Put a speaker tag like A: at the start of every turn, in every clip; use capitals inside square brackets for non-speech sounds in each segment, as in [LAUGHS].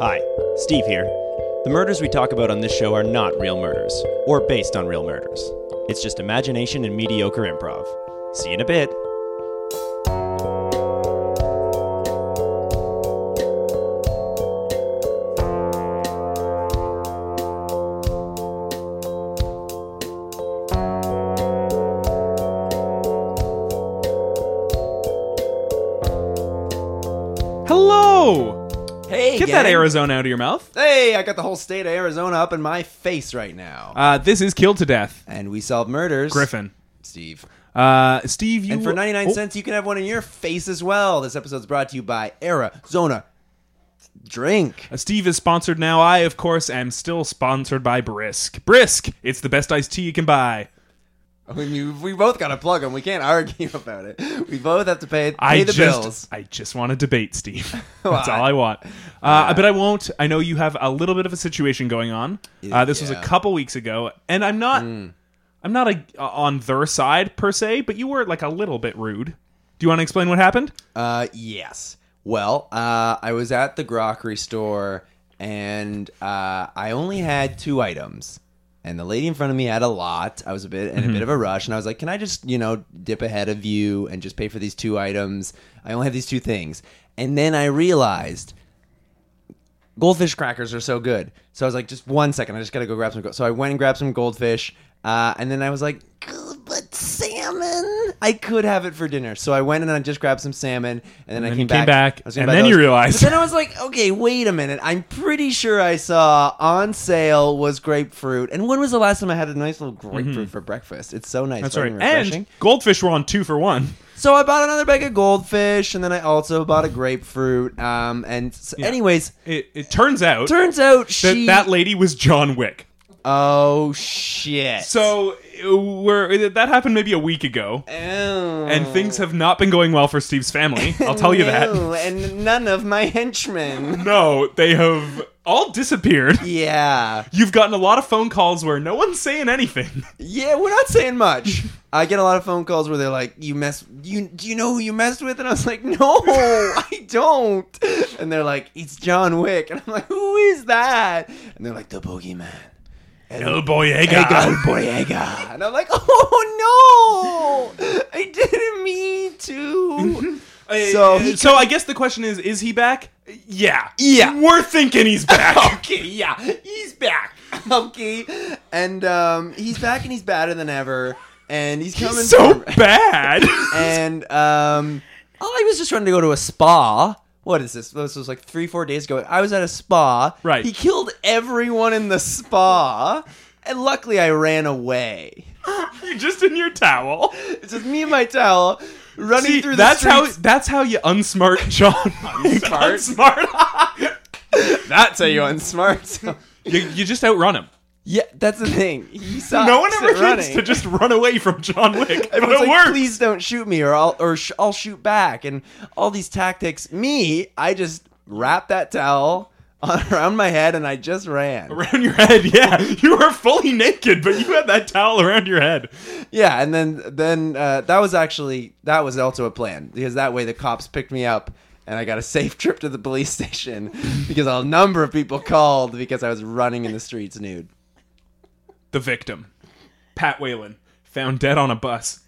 A: Hi, Steve here. The murders we talk about on this show are not real murders, or based on real murders. It's just imagination and mediocre improv. See you in a bit.
B: Hello!
A: Hey,
B: Get that Arizona out of your mouth.
A: Hey, I got the whole state of Arizona up in my face right now.
B: Uh, this is Killed to Death,
A: and we solve murders.
B: Griffin.
A: Steve.
B: Uh, Steve, you
A: And for 99
B: Oh,
A: cents, you can have one in your face as well. This episode's brought to you by Arizona Drink.
B: uh, Steve is sponsored now. I, of course, am still sponsored by Brisk. Brisk, it's the best iced tea you can buy.
A: I mean, you, we both got to plug them. We can't argue [LAUGHS] about it. We both have to pay, pay
B: I
A: the
B: just,
A: bills.
B: I just want to debate,
A: [LAUGHS]
B: Steve. [LAUGHS] That's
A: Why?
B: all I want. Uh, but I won't. I know you have a little bit of a situation going on. Uh, this was
A: Yeah. Hmm.
B: a couple weeks ago, and I'm not. I'm not a, on their side per se, but you were like a little bit rude. Do you want to explain what happened?
A: Uh, yes. Well, uh, I was at the grocery store and uh, I only had two items. And the lady in front of me had a lot. I was a bit in a bit of a rush, and I was like, "Can I just, you know, dip ahead of you and just pay for these two items? I only have these two things." And then I realized goldfish crackers are so good. So I was like, "Just one second, I just gotta go grab some." Go-. So I went and grabbed some goldfish, uh, and then I was like, "Good, "But salmon, I could have it for dinner." So I went and I just grabbed some salmon, and then I
B: then
A: came,
B: you came back,
A: I was gonna
B: and
A: buy
B: then you
A: those.
B: realized.
A: But then I was like, "Okay, wait a minute. I'm pretty sure I saw on sale was grapefruit. And when was the last time I had a nice little grapefruit for breakfast? It's so nice.
B: Mm-hmm. That's
A: right,
B: right.
A: and refreshing.
B: And goldfish were on two for one.
A: So I bought another bag of goldfish, and then I also bought a grapefruit. Um, and s anyways,
B: It, it turns out
A: turns out
B: that
A: she.
B: that lady was John Wick.
A: oh shit!
B: So uh, we're, that happened maybe a week ago, and
A: Oh.
B: things have not been going well for Steve's family. I'll tell you that.
A: And none of my
B: [LAUGHS]
A: henchmen.
B: No, they have all disappeared.
A: Yeah,
B: You've gotten a lot of phone calls where no one's saying anything.
A: yeah. We're not saying much. I get a lot of phone calls where they're like, "You mess. You do you know who you messed with?" And I was like, "No,
B: [LAUGHS]
A: I don't." And they're like, "It's John Wick," and I'm like, "Who is that?" And they're like, "The Boogeyman."
B: El Boyega.
A: Ega, Boyega. And I'm like, oh no! I didn't mean
B: [LAUGHS]
A: to. So-
B: So, Uh, so I guess the question is: Is he back? Yeah,
A: Yeah.
B: We're thinking he's back.
A: okay, [LAUGHS] yeah, he's back. Okay. And um, he's back and he's badder than ever. And he's coming
B: He's so
A: for-
B: bad. [LAUGHS]
A: And um, I was just trying to go to a spa. What is this? This was like three, four days ago. I was at a spa.
B: Right.
A: He killed everyone in the spa. And luckily, I ran away.
B: You're just in your towel.
A: It's just me and my towel running
B: See,
A: through the
B: that's
A: streets.
B: how that's how you unsmart [LAUGHS] John.
A: Unsmart.
B: Unsmart.
A: That's how you unsmart. So.
B: you, you just outrun him.
A: [LAUGHS] Yeah, that's the thing. He saw
B: no one ever thinks
A: Uh, running.
B: to just run away from John
A: [LAUGHS]
B: Wick, but
A: Everyone's
B: it
A: like,
B: works.
A: please don't shoot me, or I'll or sh- I'll shoot back, and all these tactics. Me, I just wrapped that towel [LAUGHS] on, around my head, and I just ran.
B: Around your head, [LAUGHS] yeah. You were fully naked, but you had that towel around your head.
A: Yeah, and then then uh, that was actually that was also a plan because that way the cops picked me up. And I got a safe [LAUGHS] trip to the police station [LAUGHS] because a number of people called because I was running in the streets nude.
B: The victim, Pat Whalen, found dead on a bus.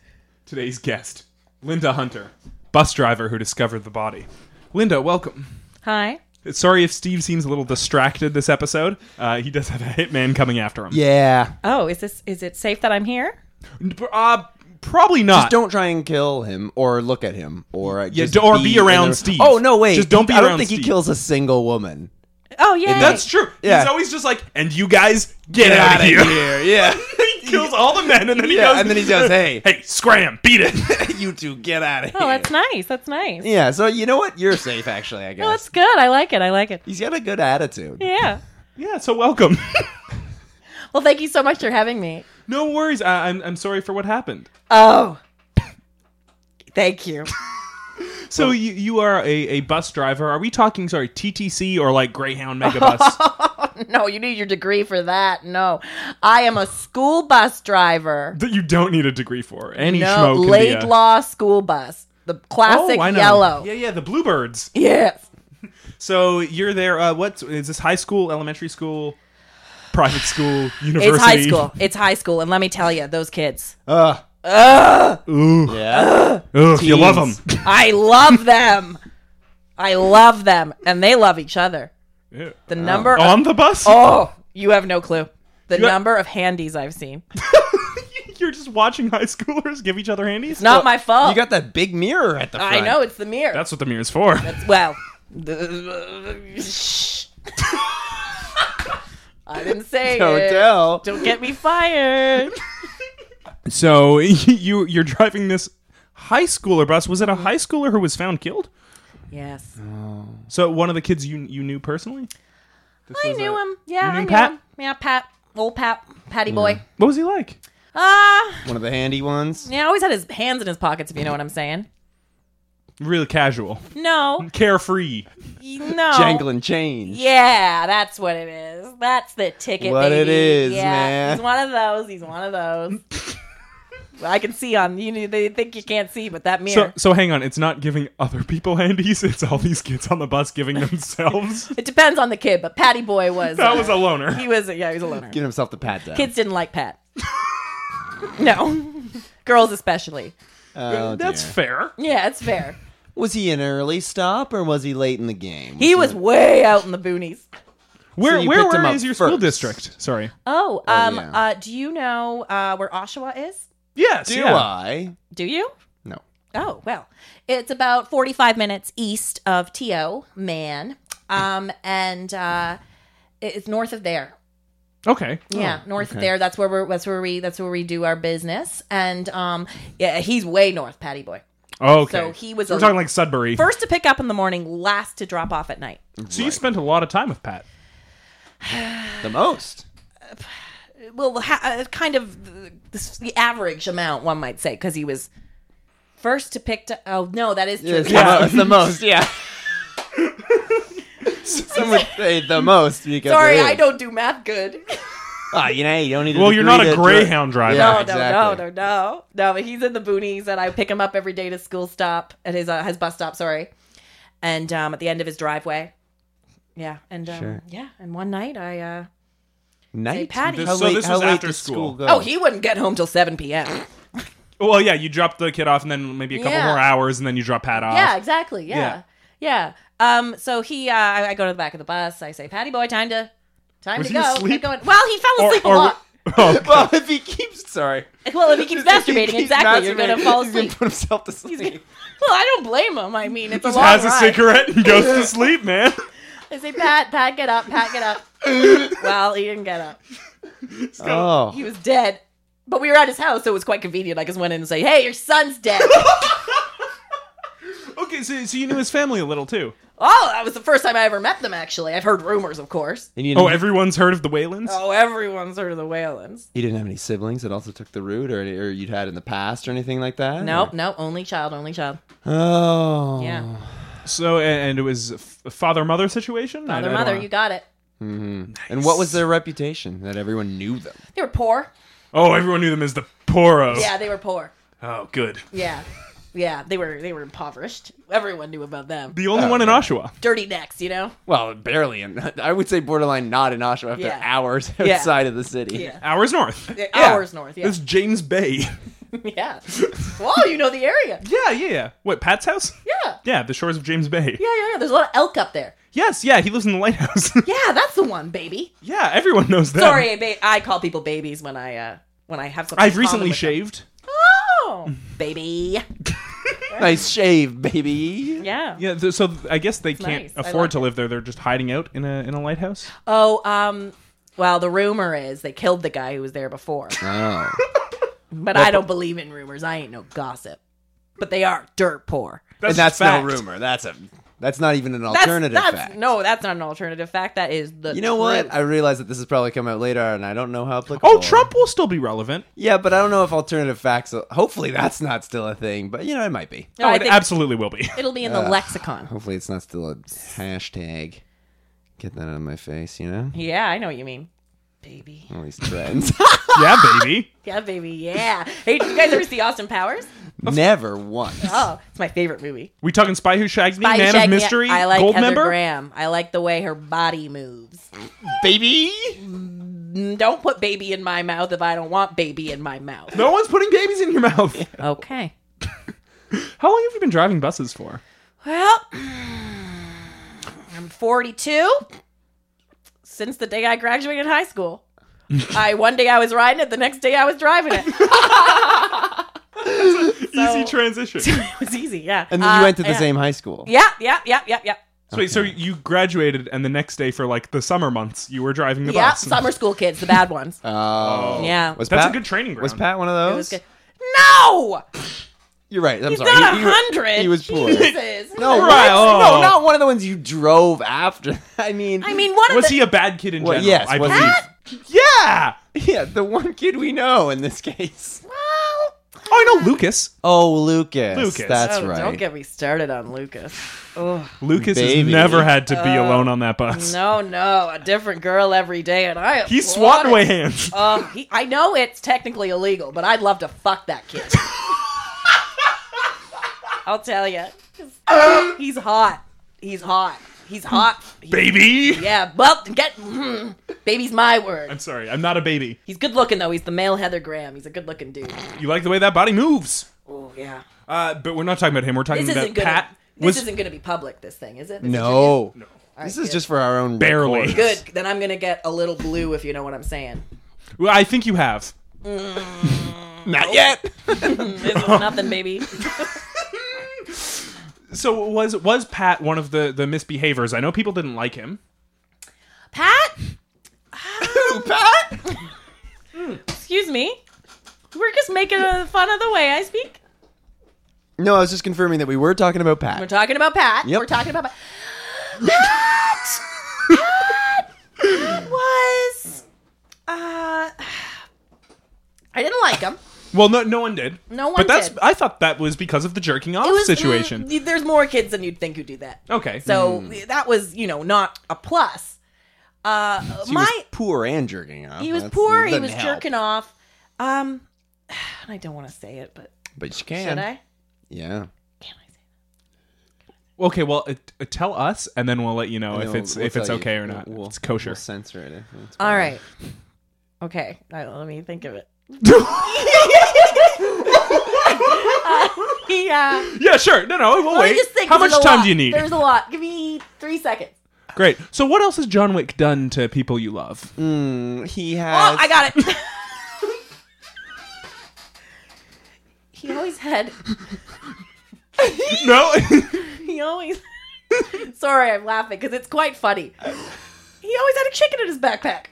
B: Today's guest, Linda Hunter, bus driver who discovered the body. Linda, welcome.
C: Hi.
B: Sorry if Steve seems a little distracted this episode. Uh, he does have a hitman coming after him.
A: Yeah,
C: Oh, is this is it safe that I'm here?
B: Uh, probably not.
A: Just don't try and kill him or look at him or uh, just
B: d- or be
A: in
B: around
A: the-
B: Steve.
A: Oh no, wait.
B: Just don't be
A: I don't
B: around
A: think he
B: Steve.
A: kills a single woman.
C: Oh yeah.
B: That's true.
A: Yeah.
B: He's always just like, and you guys get, out of here.
A: [LAUGHS] Yeah.
B: [LAUGHS] he kills all the men, and then he
A: Yeah,
B: goes,
A: and then he goes, "Hey."
B: [LAUGHS] hey, scram, beat
A: [LAUGHS]
B: it." [LAUGHS]
A: you two get out of here.
C: Oh, that's nice. That's nice.
A: yeah, so you know what? You're safe actually, I guess.
C: Oh, that's good. I like it. I like it.
A: He's got a good attitude.
C: Yeah.
B: yeah, so welcome. [LAUGHS]
C: Well, thank you so much for having me.
B: no worries. I- I'm I'm sorry for what happened. [LAUGHS]
C: Oh. thank you.
B: So you you are a, a bus driver. Are we talking sorry TTC or like Greyhound
A: [LAUGHS]
B: Megabus?
C: [LAUGHS] No, you need your degree for that. No. I am a school bus driver.
B: that you don't need a degree for. Any
C: No,
B: schmo can be a-
C: Laidlaw school bus. The classic
B: Oh, I know.
C: yellow.
B: Yeah, yeah, the Bluebirds.
C: Yes.
B: So you're there. Uh, what is this? High school, elementary school, private school, university?
C: It's high school. It's high school, and let me tell you, those kids.
A: Ugh.
B: Ooh,
A: Yeah.
B: Ugh, you love
A: Teens.
B: them.
C: I love them. I love them, and they love each other. The number. Of,
B: On the
A: [LAUGHS]
B: bus?
C: oh, you have no clue. The
B: You ha-
C: number of handies I've seen.
B: [LAUGHS] You're just watching high schoolers give each other handies?
C: Not my fault.
A: You got that big mirror at the front.
C: Oh. I know it's the mirror.
B: That's what the mirror's for.
C: well. Shh. I didn't say
A: Don't
C: it.
A: tell.
C: Don't get
B: [LAUGHS]
C: me fired.
B: So [LAUGHS] you you're driving this high schooler bus. Was it a high schooler who was found killed?
C: Yes.
B: So one of the kids you you knew personally?
C: I knew him. Yeah,
B: knew
C: I knew
B: Pat? Hmm.
C: him. Yeah, Pat. Old Pat. Patty boy.
B: What was he like?
C: Ah.
A: One of the handy ones.
C: yeah, always had his hands in his pockets, if you know what I'm saying.
B: Really casual, [LAUGHS]
C: No.
B: carefree.
C: No.
A: Jangling change.
C: Yeah, that's what it is. That's the ticket.
A: What it
C: baby.
A: is,
C: yeah,
A: man.
C: He's one of those. He's one of those.
A: [LAUGHS]
C: Well, I can see on you. They think you can't see, but that
B: So
C: mirror.
B: so hang on, it's not giving other people [LAUGHS] handies. It's all these kids on the bus giving
A: [LAUGHS]
B: themselves.
C: it depends on the kid, but Patty
B: [LAUGHS]
C: Boy was.
B: that
C: uh,
B: was a loner.
C: He was. Yeah, he was a loner.
A: Give himself the pat down.
C: Kids didn't like
A: [LAUGHS]
C: Pat. no, girls especially.
B: [LAUGHS]
A: Oh,
B: That's
A: dear.
B: fair.
C: Yeah, it's fair.
A: was he an early stop or was he late in the game?
C: He was way out in the boonies.
B: Where
A: you
B: where
A: picked him
B: where
A: up
B: is your school
A: first.
B: district? Sorry.
C: Oh, um,
A: yeah.
C: uh, do you know uh, where Oshawa is?
B: Yes.
A: Do
B: yeah.
A: I?
C: Do you?
A: No.
C: Oh, well, it's about 45 minutes east of T.O. Man. Um, and uh, it- it's north of there.
B: Oh, Okay.
C: Yeah, north of there. That's where we're, that's where we, that's where we do our business. And um, yeah, he's way north, Patty Boy.
B: Okay.
C: So he was
B: We're
C: a-
B: talking like Sudbury.
C: First to pick up in the morning, last to drop off at night.
B: so you spent a lot of time with Pat.
A: The
C: [LAUGHS]
A: most.
C: Well, ha- uh, kind of the, the, the average amount, one might say, because he was first to pick. To, oh no, that is true.
A: It's the mo- it's the most, yeah. Some would say the most because
C: [LAUGHS] Sorry,
A: it is.
C: I don't do math good.
A: Ah, you know, you don't need.
B: Well, you're
A: degree
B: not a
A: to-
B: Greyhound driver.
A: Yeah,
C: no,
A: exactly.
C: no, no, no, no, no. But he's in the boonies, and I pick him up every day to school stop at his uh, his bus stop. Sorry, and um, at the end of his driveway. Yeah, and um,
A: Sure.
C: yeah, and one night I. Uh,
A: Night.
C: Patty.
A: How
B: So
A: late,
B: this
A: how
B: was
A: late
B: after
A: does
B: school.
A: go?
C: oh, he wouldn't get home till seven p.m.
B: Well, yeah, you drop the kid off, and then maybe a couple
C: Yeah.
B: more hours, and then you drop Pat
A: Ah.
B: off.
C: yeah, exactly. Yeah, yeah. Um, so he, uh, I, I go to the back of the bus. I say, "Patty boy, time to, time
B: Was
C: to
B: he
C: go."
B: asleep?
C: Keep going. Well, he fell asleep a lot.
B: [LAUGHS] Oh,
A: [LAUGHS] Well, if he keeps, sorry.
C: Well, if he keeps
A: [LAUGHS] If he
C: masturbating,
A: keeps
C: exactly, you're gonna
A: masturbating,
C: fall
A: he's gonna
C: asleep. [LAUGHS]
A: put himself to
C: He's
A: sleep.
C: gonna- well, I don't blame him. I mean, it's a
B: just
C: long
B: has a
C: ride.
B: cigarette and goes [LAUGHS] to sleep, man.
C: I say, Pat, Pat, get up, Pat, get [LAUGHS] up. well, he didn't get up.
A: Oh,
C: He was dead. But we were at his house, so it was quite convenient. I just went in and say, "Hey, your son's [LAUGHS] dead."
B: Okay, so, so you knew his family a little too.
C: oh, that was the first time I ever met them. Actually, I've heard rumors, of course.
A: and you
B: Oh,
A: didn't,
B: everyone's heard of the Whalens?
C: Oh, everyone's heard of the Whalens.
A: you didn't have any siblings that also took the route, or, or you'd had in the past, or anything like that.
C: Nope, no, only child, only child.
A: Oh,
C: Yeah,
B: So, a- and it was a f- a father mother situation? I- I
C: father,
B: don't
C: mother,
B: know.
C: you got it.
A: And what was their reputation that everyone knew them?
C: They were poor.
B: Oh, everyone knew them as the Poros.
C: Yeah, they were poor.
B: Oh, good.
C: Yeah, yeah, they were they were impoverished. Everyone knew about them.
B: The only one in Oshawa.
C: Dirty necks, you know.
A: Well, barely. In, I would say borderline not in Oshawa after
C: Yeah.
A: hours
C: Yeah.
A: outside of the city.
C: Yeah.
B: Hours north.
C: They're Hours north. Yeah,
B: It's James Bay.
C: [LAUGHS] yeah. Whoa, you know the area.
B: yeah, yeah, yeah. What, Pat's
C: [LAUGHS]
B: house?
C: Yeah.
B: Yeah, the shores of James Bay.
C: Yeah, yeah, yeah. There's a lot of elk up there.
B: Yes, yeah, he lives in the lighthouse. [LAUGHS]
C: Yeah, that's the one, baby.
B: yeah, everyone knows that.
C: Sorry, ba- I call people babies when I uh when I have something. in
B: I've
C: common
B: recently
C: with them.
B: shaved.
C: Oh, baby.
A: Nice shave, baby.
C: Yeah.
B: Yeah, th- so th- I guess they can't
C: nice. I
B: afford
C: like
B: to live there. They're just hiding out in a in a lighthouse.
C: Oh, um. Well, the rumor is they killed the guy who was there before,
A: [LAUGHS] Oh.
C: but I don't believe in rumors. I ain't no gossip. But they are dirt poor.
A: and that's
B: fact.
A: no rumor. That's a that's not even an
C: That's,
A: alternative
C: that's,
A: fact.
C: No, that's not an alternative fact. That is the.
A: you know
C: truth.
A: what? I realize that this has probably come out later, and I don't know how applicable.
B: Oh, Trump will still be relevant.
A: Yeah, but I don't know if alternative facts. Hopefully, that's not still a thing. But you know, it might be.
C: No,
B: oh,
C: I
B: it
C: think
B: absolutely will be. [LAUGHS]
C: it'll be in the lexicon.
A: Hopefully, it's not still a hashtag. Get that out of my face, you know.
C: Yeah, I know what you mean, baby.
B: [LAUGHS]
A: All these trends.
B: yeah, baby.
C: Yeah, baby. Yeah. Hey, did you guys ever see Austin Powers?
D: Never once.
C: Oh, it's my favorite movie.
B: We talking Spy Who Shagged Me,
C: Spy Who
B: Man
C: Shagged
B: of
C: Me,
B: Mystery,
C: I like
B: Gold
C: Heather
B: Member,
C: Graham. I like the way her body moves.
B: baby.
C: Mm, Don't put baby in my mouth if I don't want baby in my mouth.
B: No one's putting babies in your
C: [LAUGHS]
B: mouth.
C: Okay.
B: How long have you been driving buses for?
C: Well, I'm 42 since the day I graduated high school.
B: [LAUGHS]
C: I one day I was riding it, the next day I was driving it.
B: [LAUGHS]
C: [LAUGHS]
B: Easy
C: [LAUGHS]
B: transition. so
C: it was easy, yeah.
D: And then you
C: Uh,
D: went to the
C: yeah.
D: same high school.
C: Yeah, yeah, yeah, yeah, yeah.
B: wait, so you graduated, and the next day for like the summer months, you were driving the
C: Yeah,
B: bus.
C: summer school kids, the bad
B: [LAUGHS]
C: ones.
D: Oh.
C: Yeah.
D: Was
B: That's
D: Pat,
B: a good training
D: Oh.
B: ground.
D: Was Pat one of those?
C: It was good. No!
D: You're right. I'm
C: He's
D: sorry.
C: not
D: He-
C: a
D: he wa-
C: hundred.
D: He was poor.
C: Jesus.
D: [LAUGHS] No,
B: Right,
D: what?
B: oh.
D: no, not one of the ones you drove after. [LAUGHS] I mean,
C: I mean, one of
B: Was
C: the
B: he a bad kid in
D: Well,
B: general?
D: yes,
B: I
D: was
B: believe. Yeah.
D: yeah, the one kid we know in this case.
C: well,
B: Oh, I know Lucas.
D: Oh, Lucas.
B: Lucas.
D: That's
C: oh,
D: right.
C: Don't get me started on Lucas. Oh
B: Lucas has
D: Baby.
B: never had to be alone on that bus.
C: Uh, no, no, a different girl every day, and I.
B: He's
C: applaud
B: swatting away
C: it.
B: hands.
C: Uh, he, I know it's technically illegal, but I'd love to fuck that kid. I'll tell you, he's hot. He's hot. He's hot. He-
B: baby.
C: Yeah, well, get mm, baby's my word.
B: I'm sorry, I'm not a baby.
C: He's good looking though. He's the male Heather Graham. He's a good looking dude.
B: You like the way that body moves.
C: Oh yeah.
B: Uh, but we're not talking about him. We're talking
C: This
B: about
C: isn't gonna.
B: Pat.
C: This
B: was
C: isn't gonna be public. This thing is it? This is trivia?
D: No. this is
C: good.
D: just for our own
B: Barely.
D: record.
C: Good. Then I'm gonna get a little blue if you know what I'm saying.
B: Well, I think you have. [LAUGHS]
C: Mm.
D: Not yet.
C: This is nothing, [LAUGHS] baby.
B: So was was Pat one of the the misbehaviors? I know people didn't like him.
C: Pat,
D: Who, Pat?
C: excuse me. We're just making uh, fun of the way I speak.
D: No, I was just confirming that we were talking about
C: We're
D: Pat.
C: talking about Pat.
D: Yep.
C: We're talking about Pat. [GASPS] Pat! Pat was. Uh, I didn't like him.
B: Well, no, no one did.
C: No one
B: But that's.
C: did.
B: I thought that was because of the jerking off
C: It was,
B: situation.
C: mm, there's more kids than you'd think who do that.
B: okay.
C: So
D: Hmm.
C: that was, you know, not a plus. Uh,
D: He
C: my
D: was poor and jerking
B: Oh,
D: off.
C: He was
D: That's-
C: poor. He
D: doesn't
C: was
D: help.
C: jerking off. Um, [SIGHS] and I don't want to say it, but
D: But you can.
C: should I?
D: Yeah.
C: Can I say it?
B: okay. Well, uh, uh, tell us, and then we'll let you know
D: And
B: Oh, if
D: then
B: it's
D: we'll- we'll
B: if it's
D: tell you.
B: okay or not.
D: We'll-
B: If it's kosher.
D: We'll censor it. if it's
C: All
D: fine.
C: right. Okay. I, let me
B: [LAUGHS]
C: think of it. Uh, yeah.
B: yeah, sure. No, no. We'll
C: uh, Let
B: wait.
C: me just think.
B: How much
C: 'cause there's a
B: time
C: lot.
B: do you need?
C: There's a lot. Give me three seconds.
B: Great. So, what else has John Wick done to people you love?
D: Mm, he has.
B: Uh,
C: Oh, I got it. [LAUGHS] he always had.
B: no.
C: He always. [LAUGHS] Sorry, I'm laughing because it's quite funny. He always had a chicken in his backpack.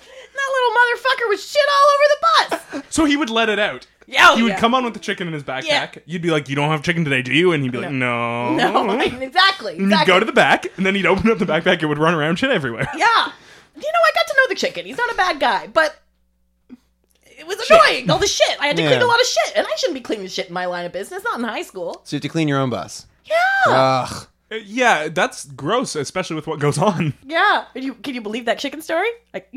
C: And that little motherfucker was shit all over the bus.
B: [LAUGHS] so he would let it out.
C: [LAUGHS] Yeah, oh,
B: He would
C: yeah.
B: come on with the chicken in his backpack.
C: Yeah.
B: You'd be like, "You don't have chicken today, do you?" And he'd be like, "No." [LAUGHS]
C: No, exactly.
B: And you'd
C: exactly.
B: go to the back, and then he'd open up the backpack. It would run around, shit everywhere.
C: yeah. You know, I got to know the chicken. He's not a bad guy, but it was annoying. All the shit. I had to clean
D: Yeah.
C: a lot of shit, and I shouldn't be cleaning shit in my line of business, not in high school.
D: So you have to clean your own bus.
C: Yeah.
D: Ugh.
B: Uh, Yeah, that's gross, especially with what goes on.
C: yeah. Can you, can you believe that chicken story? Like,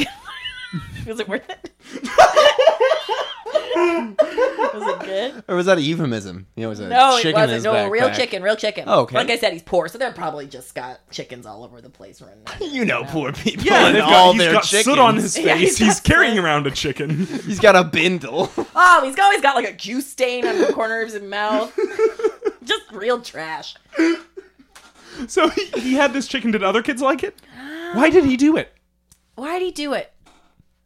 C: [LAUGHS] was it worth it? [LAUGHS] was it good?
D: Or was that a euphemism? You know, it was a
C: No,
D: chicken in
C: it
D: his
C: wasn't. No,
D: backpack.
C: real chicken, real chicken.
D: Oh, okay.
C: Like I said, he's poor, so they're probably just got chickens all over the place running. around.
D: [LAUGHS] You know, poor people.
B: Yeah,
D: and
B: they've got,
D: all
B: he's
D: their
B: got
D: chickens.
B: soot on his face.
C: Yeah,
B: he's
C: he's got
B: carrying around a chicken.
D: He's got a bindle. [LAUGHS]
C: oh, he's always got like a juice stain on the corner of
D: [LAUGHS]
C: his mouth. just real trash.
B: so he, he had this chicken. Did other kids like it? Why did he do it?
C: Why'd he do it?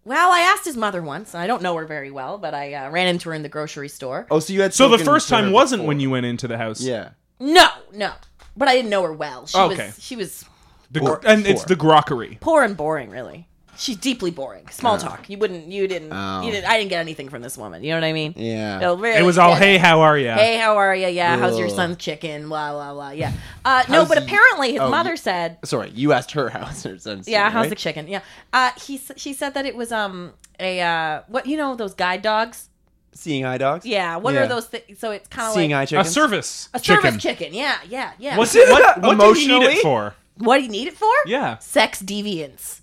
C: Well, I asked his mother once, and I don't know her very well, but I uh, ran into her in the grocery store.
D: oh, so you had.
B: So the
D: spoken
B: first
D: to her
B: time wasn't
D: before.
B: when you went into the house.
D: Yeah.
C: No, no, but I didn't know her well. She
B: Okay.
C: was she was
B: The
D: Or-
B: gr- and it's
D: or-
B: the grockery.
C: poor and boring, really. She's deeply boring. Small talk. You wouldn't. You didn't.
D: Oh.
C: You didn't. I didn't get anything from this woman. You know what I mean?
D: Yeah.
C: It'll really
B: It was all,
C: get-
B: "Hey, how are you?"
C: hey, how are you? Yeah, how's your
D: Ugh.
C: son's chicken? Blah blah blah. Yeah. Uh, no,
D: How's
C: but
D: he-
C: apparently his
D: oh,
C: mother
D: you-
C: said,
D: Sorry, you asked her how's her son's.
C: "Yeah,
D: doing,
C: how's
D: right?
C: the chicken?" Yeah. Uh, he s- she said that it was um a uh, what you know those guide dogs.
D: seeing eye dogs?
C: Yeah. What
D: Yeah.
C: are those? Th- so it's kind of
D: Seeing
C: like
D: eye
B: A
D: chickens.
B: service.
C: a
B: chicken.
C: service chicken. Yeah, yeah,
B: [LAUGHS]
C: yeah.
B: What's it, what, what did he need
D: Emotionally?
B: it for?
C: What do you need it for?
B: Yeah.
C: Sex deviance.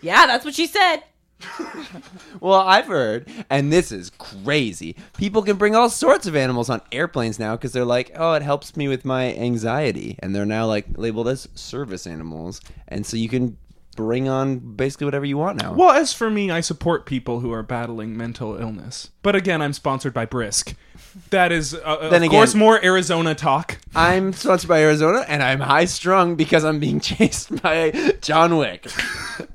C: Yeah, that's what she said.
A: Well, I've heard, and this is crazy. People can bring all sorts of animals on airplanes now because they're like, oh, it helps me with my anxiety, and they're now like labeled as service animals, and so you can bring on basically whatever you want now.
B: Well, as for me, I support people who are battling mental illness. But again, I'm sponsored by Brisk. That is, uh, of
A: Then again-
B: course, more Arizona talk.
A: I'm sponsored by Arizona, and I'm high strung because I'm being [LAUGHS] chased by John [LAUGHS] Wick,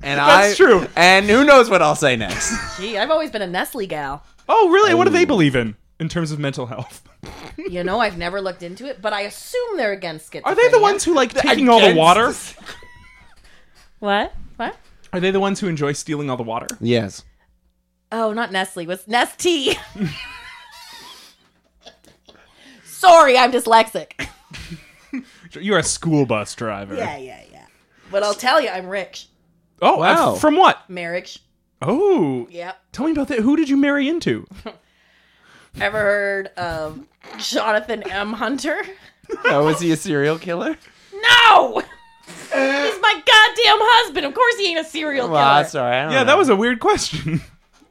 A: and
B: That's
A: I,
B: true.
A: And who knows what I'll say next? [LAUGHS]
C: Gee, I've always been a Nestle gal.
B: Oh, really? What do they believe in in terms of mental [LAUGHS] health?
C: You know, I've never looked into it, but I assume they're against schizophrenia.
B: Are they the ones who like taking all the
A: Against-
B: water?
C: What? What?
B: Are they the ones who enjoy stealing all the water?
A: yes.
C: Oh, not Nestle. Was Nestea? Sorry, I'm dyslexic.
B: You're a school bus driver.
C: Yeah, yeah, yeah. But I'll tell you, I'm rich.
B: Oh, uh,
A: Wow.
B: from what?
C: Marriage.
B: Oh,
C: Yep.
B: tell me about that. Who did you marry into?
C: Ever heard of Jonathan M. Hunter?
A: Oh, was he a serial killer?
C: No! He's my goddamn husband. Of course he ain't a serial killer.
A: Well, sorry. I don't
B: Yeah,
A: know.
B: that was a weird question.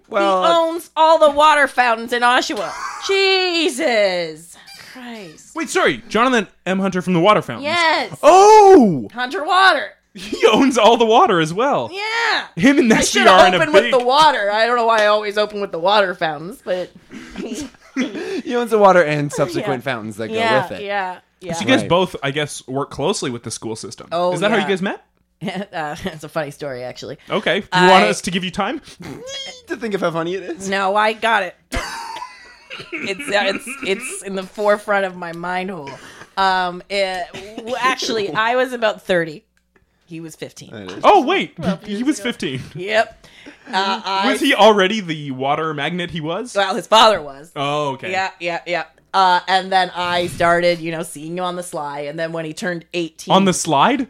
A: well.
C: he owns all the water fountains in Oshawa. Jesus Christ.
B: Wait, sorry, Jonathan M. Hunter from the Water Fountains.
C: Yes.
B: Oh, [LAUGHS]
C: Hunter Water.
B: he owns all the water as well.
C: Yeah.
B: Him and
C: I
B: Nessie
C: should
B: are
C: have
B: in a
C: opened
B: big.
C: with the water. I don't know why I always open with the water fountains, but
A: He owns the water and subsequent
C: Yeah.
A: fountains that go
C: yeah,
A: with it.
C: yeah, yeah,
B: you guys
A: Right.
B: both, I guess, work closely with the school system.
C: Oh,
B: is that how
C: yeah.
B: you guys met?
C: [LAUGHS] uh, it's a funny story, actually.
B: Okay, you want
C: I-
B: us to give you time?
A: To think of how funny it is.
C: No, I got it. it's uh, it's it's in the forefront of my mind hole. Um, it, w-
B: [LAUGHS]
C: actually, I was about thirty. He was fifteen.
B: Oh
C: [LAUGHS]
B: wait, he was 15.
C: Yep. Uh,
B: [LAUGHS]
C: I,
B: Was he already the water magnet he was?
C: Well, his father was.
B: Oh, okay.
C: Yeah, yeah, yeah. Uh, and then I started, you know, seeing him on the sly. And then when he turned eighteen,
B: On the slide?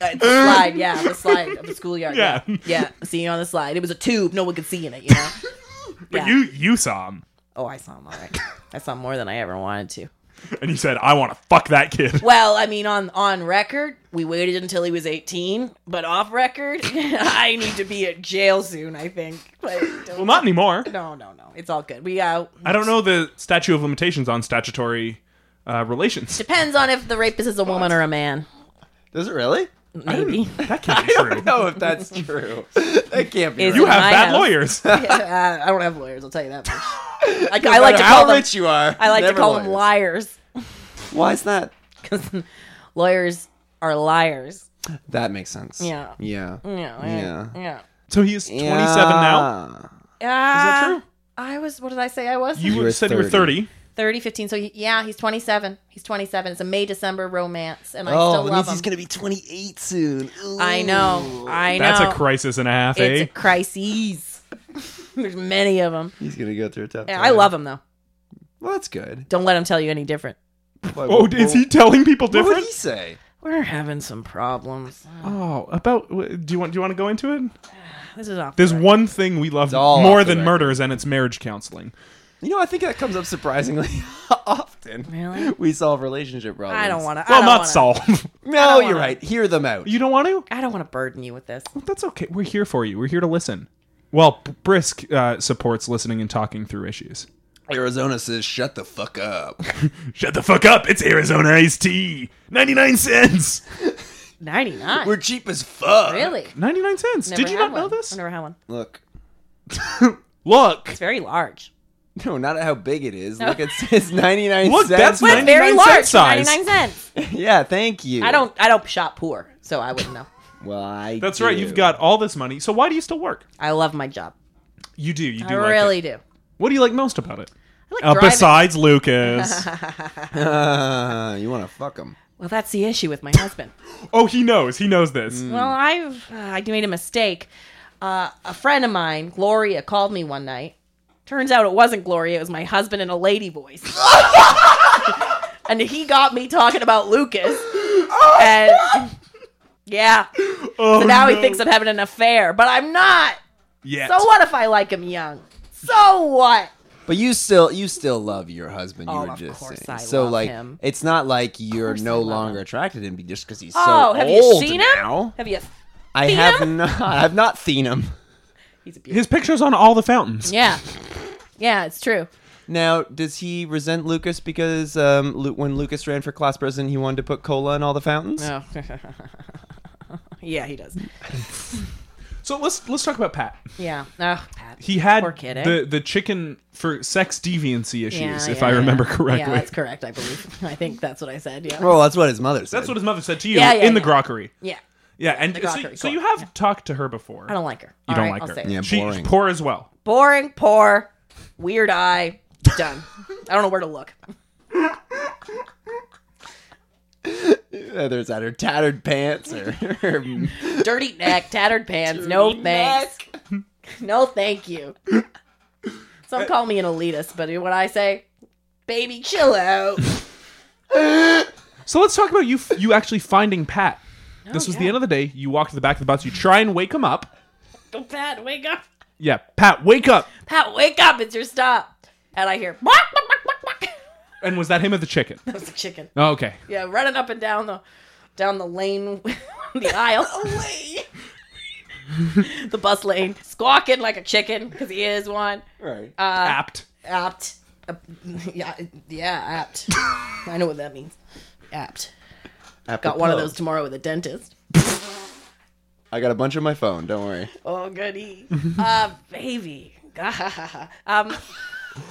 C: Uh, the slide, yeah,
A: [LAUGHS]
C: the slide of the schoolyard.
B: Yeah.
C: Yeah. yeah, Seeing on the slide, it was a tube. No one could see in it. You know.
B: But
C: Yeah.
B: you you saw him,
C: Oh, I saw him all right. I saw more than I ever wanted to.
B: and you said, "I want to fuck that kid." [LAUGHS]
C: Well, I mean, on on record, we waited until he was eighteen, but off record, [LAUGHS] I need to be at jail soon. I think. But don't-
B: Well, not anymore.
C: [LAUGHS] No, no, no. It's all good. We uh, out.
B: I don't know the statute of limitations on statutory uh,
C: [LAUGHS]
B: relations.
C: Depends on if the rapist is a woman or a man.
A: Does it really?
C: Maybe. [LAUGHS]
B: That can't be true.
A: [LAUGHS] No, if that's [LAUGHS] true. that can't be
C: Is
A: right.
B: You
C: In
B: have
C: my
B: bad
C: house. [LAUGHS]
B: lawyers.
C: Yeah, I I don't have lawyers. I'll tell you that much.
A: [LAUGHS]
C: I, I like to
A: No matter
C: call
A: how
C: them.
A: rich you are.
C: I like to
A: never
C: call
A: lawyers.
C: them liars
A: Why is that?
C: because [LAUGHS] lawyers are liars.
A: That makes sense.
C: Yeah.
A: Yeah.
C: Yeah,
A: Yeah.
C: yeah, yeah.
B: So he is 27 now.
C: that
B: true?
C: Uh, I was. What did I say? I was
B: You,
A: You
B: were-
A: were
B: said you were
A: 30.
B: 30.
C: 30, 15. So he, yeah, he's twenty seven. He's twenty seven. It's a May December romance, and I
A: Oh,
C: still
A: that means
C: love him.
A: he's gonna be 28 soon. Ooh.
C: I know. I know.
B: That's a crisis and a half,
C: It's
B: eh?
C: a crises. [LAUGHS] There's many of them.
A: He's gonna go through a tough.
C: Yeah,
A: time.
C: I love him though.
A: Well, that's [LAUGHS] good.
C: Don't let him tell you any different.
A: Why-
B: oh,
A: what-
B: is he telling people
A: What would
B: different?
A: he say?
C: We're having some problems.
B: Oh, about do you want do you want to go into it?
C: This is off.
B: There's
C: the
B: one thing we love
A: It's all
B: more
A: off the
B: than
A: record.
B: murders, and it's marriage counseling.
A: You know, I think that comes up surprisingly [LAUGHS] often.
C: Really?
A: We solve relationship problems.
C: I don't want to.
B: Well,
C: I don't
B: not
C: wanna,
B: solve. [LAUGHS]
A: No,
C: don't
A: you're
C: wanna-
A: right. Hear them out.
B: you don't want to?
C: I don't want to burden you with this.
B: That's okay. We're here for you. We're here to listen. Well, B- Brisk uh, supports listening and talking through issues.
A: Arizona says, "Shut the fuck up." [LAUGHS]
B: Shut the fuck up! It's Arizona iced tea, ninety nine cents.
C: Ninety nine.
A: We're cheap as fuck.
C: Really?
B: Ninety nine cents.
C: Never
B: Did you
C: had
B: not know
C: one.
B: this?
C: I've never had one.
A: Look.
B: Look,
C: It's very large.
A: [LAUGHS] No, not at how big it is. Look, it
C: [LAUGHS]
A: says 99
B: Look,
A: cents.
B: that's
C: But it's very
B: 99
C: large.
B: cent size.
C: Ninety nine cents.
A: yeah, thank you.
C: I don't I don't shop poor, so I wouldn't know.
A: Well, I.
B: that's right.
A: do.
B: You've got all this money. So why do you still work?
C: I love my job.
B: You do. You
C: I
B: do. like it.
C: really do.
B: What do you like most about it?
C: I like
B: Uh,
C: driving.
B: besides
C: [LAUGHS]
B: Lucas.
A: Ah, [LAUGHS] you want to fuck him.
C: well, that's the issue with my husband.
B: oh, he knows. He knows this.
C: well, I've uh, I made a mistake. Uh, a friend of mine, Gloria, called me one night. Turns out it wasn't Gloria; it was my husband in a
B: [LAUGHS]
C: lady voice. and he got me talking about Lucas.
B: [LAUGHS]
C: And yeah,
B: Oh,
C: so now
B: no.
C: he thinks I'm having an affair, but I'm not.
B: Yes.
C: So what if I like him young? So what?
A: But you still, you still love your husband. you
C: Oh,
A: were
C: of
A: just
C: course
A: saying.
C: I
A: so
C: love
A: like,
C: him.
A: it's not like you're
C: course I
A: no
C: love
A: longer
C: him.
A: attracted to him just because he's so
C: Oh, have you
A: old
C: seen him?
A: now.
C: Have you?
A: I
C: seen
A: have
C: him?
A: not. I've not seen him.
C: He's a beauty.
B: His picture's on all the fountains.
C: yeah. Yeah, it's true.
D: Now, does he resent Lucas because um, Lu- when Lucas ran for class president, he wanted to put cola in all the fountains?
C: Oh. [LAUGHS] yeah, he does.
B: So let's let's talk about Pat.
C: Yeah. Oh, Pat.
B: He had
C: Poor kid, eh?
B: the the chicken for sex deviancy issues,
C: Yeah,
B: if
C: yeah,
B: I
C: yeah.
B: remember
C: Yeah,
B: correctly.
C: that's correct, I believe. I think that's what I said. Yeah.
D: Well, that's what his mother said.
B: That's
A: [LAUGHS]
B: what his mother said to you
C: Yeah, yeah,
B: in the
C: yeah.
B: grockery.
C: Yeah.
B: Yeah, and so,
C: grockery,
B: so
C: cool.
B: you have talked to her before.
C: I don't like her.
B: you
C: All
B: don't
C: right,
B: like
C: I'll
B: her.
C: say it.
D: Yeah,
B: She's
D: boring.
B: poor as well.
C: boring, poor, weird eye, done. I don't know where to look.
D: Whether it's at her tattered pants
A: [LAUGHS]
D: or her
C: Dirty neck, tattered pants, no thanks.
D: neck.
C: No thank you. Some call me an elitist, but when I say, baby, chill out.
B: So let's talk about you f- you actually finding Pat. this was the
C: Oh, yeah.
B: end of the day. You walk to the back of the bus. You try and wake him up.
C: Go, Pat, wake up.
B: Yeah, Pat, wake up.
C: Pat, wake up, it's your stop. And I hear, "Quack, quack, quack, quack, [LAUGHS] quack."
B: And was that him or the chicken?
C: that was a chicken.
B: Oh, okay.
C: Yeah, running up and down the down the lane, [LAUGHS] the aisle, the bus lane, squawking like a chicken because he is one.
D: Right.
C: Uh,
B: Apt.
C: apt. Uh, yeah, yeah, apt. I know what that means. Apt. Got one of those tomorrow with a dentist.
D: I got a bunch on my phone. Don't worry.
C: Oh goody, uh, baby. [LAUGHS] um,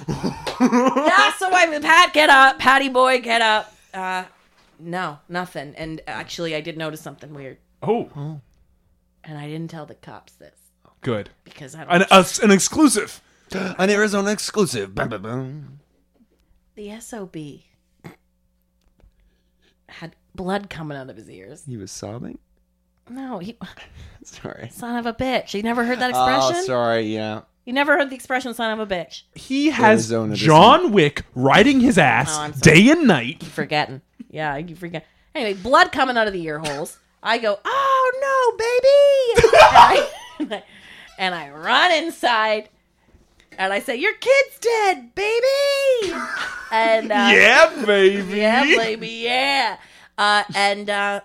C: yeah. So I, Pat, get up, Patty boy, get up. Uh, no, nothing. And actually, I did notice something weird,
B: Oh,
C: and I didn't tell the cops this
B: good.
C: because I don't.
B: An, a, an exclusive.
D: An Arizona exclusive. Bam, bam, bam.
C: the sob had blood coming out of his ears.
D: He was sobbing. [LAUGHS]
C: No, he
D: Sorry.
C: son of a bitch. You never heard that expression?
D: Oh, sorry. Yeah.
C: You never heard the expression son of a bitch.
B: He has
D: Arizona doesn't-
B: John Wick riding his ass
C: Oh, I'm sorry.
B: day and night.
C: Forgetting. Yeah, you forget. Anyway, blood coming out of the ear holes. I go, oh no, baby. [LAUGHS] And I, and I run inside and I say, your kid's dead, baby. And uh,
B: yeah,
C: [LAUGHS]
B: baby.
C: yeah, baby, yeah. Uh, and uh,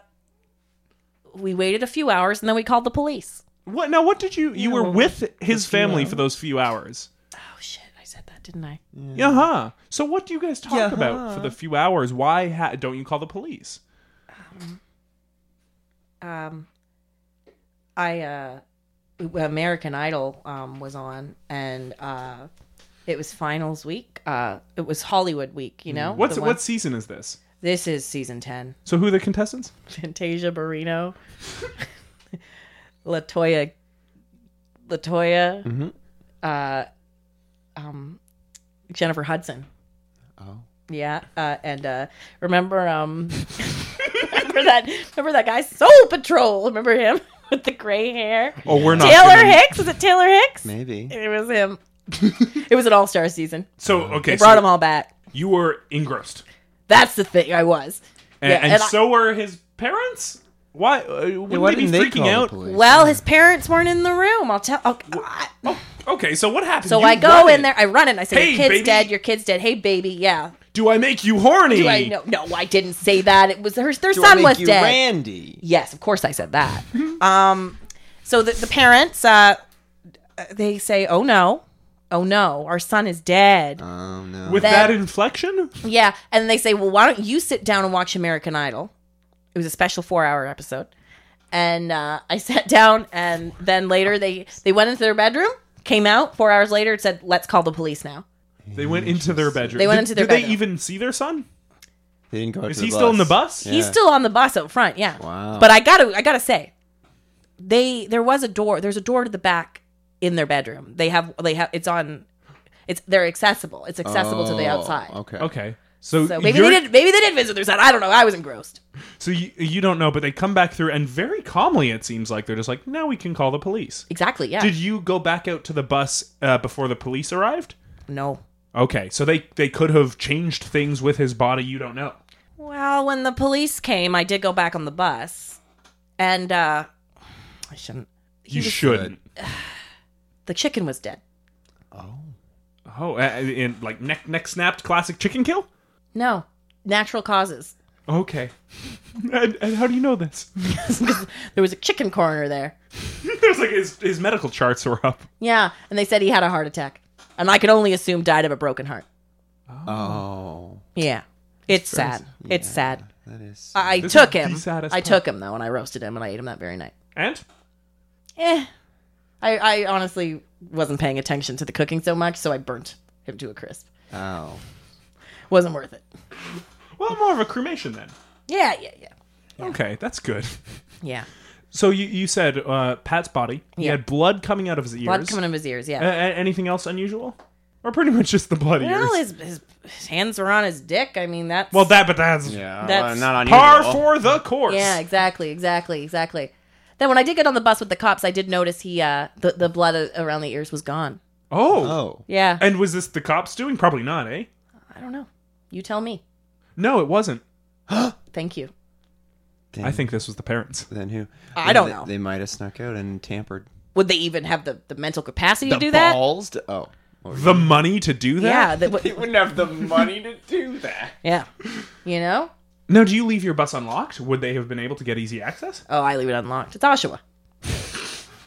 C: we waited a few hours and then we called the police.
B: What now? What did you? You were
D: well,
B: with his family for those few hours.
C: Oh shit, I said that, didn't I?
B: Yeah. huh. So what do you guys talk
D: Yeah,
B: about
D: huh.
B: for the few hours? Why ha- don't you call the police?
C: um i uh american idol um was on and uh it was finals week uh it was hollywood week you know
B: Mm. What's
C: The
B: what
C: one-
B: season is this?
C: this is season 10
B: So who are the contestants?
C: fantasia barino [LAUGHS] latoya latoya
B: Mm-hmm.
C: uh um jennifer hudson
D: Oh.
C: yeah, uh, and uh, remember, um, [LAUGHS] remember that, remember that guy Soul Patrol. Remember him [LAUGHS] with the gray hair?
B: Oh, we're not
C: Taylor
B: gonna-
C: Hicks was it Taylor Hicks?
D: Maybe.
C: It
B: [LAUGHS]
C: was him. it was an All Star season.
B: So okay,
C: They brought
B: so
C: them all back.
B: you were engrossed,
C: That's the thing. I was.
B: and,
C: Yeah,
B: and
C: and I-
B: so were his parents. Why? Uh, wouldn't
D: Why
B: they be
D: didn't they
B: freaking
D: call
B: out?
D: the police?
C: Well, his parents weren't in the room. I'll tell. Oh, I-
B: Oh, okay, so what happened?
C: so
B: You
C: I go
B: run
C: in there. I run in. I say,
B: Hey,
C: "Your kid's
B: baby."
C: dead. Your kid's dead." Hey, baby. Yeah.
B: Do I make you horny?
C: Do I know? No, I didn't say that. It was her. Their
D: Do I
C: son
D: make
C: was
D: you
C: dead.
D: Randy.
C: Yes, of course I said that.
B: [LAUGHS] Mm-hmm.
C: um, so the, the parents, uh, they say, "Oh no, oh no, our son is dead."
D: Oh no.
B: With
C: That-
B: that inflection?
C: Yeah, and they say, "Well, why don't you sit down and watch American Idol?" It was a special four-hour episode, and uh, I [LAUGHS] sat down, and then later they they went into their bedroom, came out four hours later, and said, "Let's call the police now."
B: They went into their bedroom.
C: They went
B: Did-
C: into their
B: Did they
C: bedroom.
B: even see their son?
D: They didn't go
B: Is
D: to the
B: he still in the bus?
D: Yeah.
C: He's still on the bus out front, yeah.
D: Wow.
C: But I gotta I gotta say, they there was a door. There's a door to the back in their bedroom. They have they have it's on. It's they're accessible. It's accessible to the
D: Oh,
C: outside.
D: Okay.
B: Okay. So,
C: So maybe
B: you're-
C: they did maybe they did visit their son. I don't know. I was engrossed.
B: So you, you don't know, but they come back through, and very calmly it seems like they're just like, now we can call the police.
C: Exactly. Yeah.
B: Did you go back out to the bus uh, before the police arrived?
C: no.
B: Okay, so they they could have changed things with his body. You don't know.
C: Well, when the police came, I did go back on the bus, and uh I shouldn't.
B: you shouldn't.
C: The chicken was dead.
B: Oh, uh, in like neck neck snapped classic chicken kill.
C: No, natural causes. [LAUGHS]
B: Okay. and, and how do you know [LAUGHS] this?
C: There was a chicken corner there.
B: There's like his, his medical charts were up.
C: Yeah, and they said he had a heart attack, and I could only assume died of a broken heart.
D: Oh,
C: Yeah, it's sad. It's sad.
D: that is.
C: I
B: This
C: took
B: is
C: him.
B: the saddest
C: I
B: part.
C: took him though, and I roasted him, and I ate him that very night.
B: And
C: Eh, I, I honestly wasn't paying attention to the cooking so much, so I burnt him to a crisp.
D: oh,
C: Wasn't worth it.
B: well, more of a cremation then.
C: Yeah, yeah, yeah,
B: Okay, that's good.
C: yeah.
B: So you you said uh, Pat's body. He
C: Yeah.
B: had blood coming out of his ears.
C: Blood coming out of his ears. Yeah.
B: A- a- anything else unusual, or pretty much just the bloody ears?
C: well, his, his his hands were on his dick. I mean, that's
B: well, that but that's
D: yeah.
C: That's-
D: well, not
B: par
D: unusual.
B: for the course.
C: Yeah, exactly, exactly, exactly. Then when I did get on the bus with the cops, I did notice he uh the, the blood a- around the ears was gone.
B: Oh.
D: Oh,
C: Yeah.
B: And was this the cops doing? Probably not, eh?
C: I don't know. You tell me.
B: No, it wasn't.
C: Thank you.
D: then,
B: I think this was the parents.
D: Then who?
C: I
D: Yeah,
C: don't
D: they,
C: know.
D: They might have snuck out and tampered.
C: Would they even have the, the mental capacity to do that?
D: balls to- oh, Or-
B: The money to do that?
C: Yeah. That, would-
D: wouldn't have the money to do that.
C: yeah. You know?
B: Now, do you leave your bus unlocked? Would they have been able to get easy access?
C: Oh, I leave it unlocked. It's Oshawa.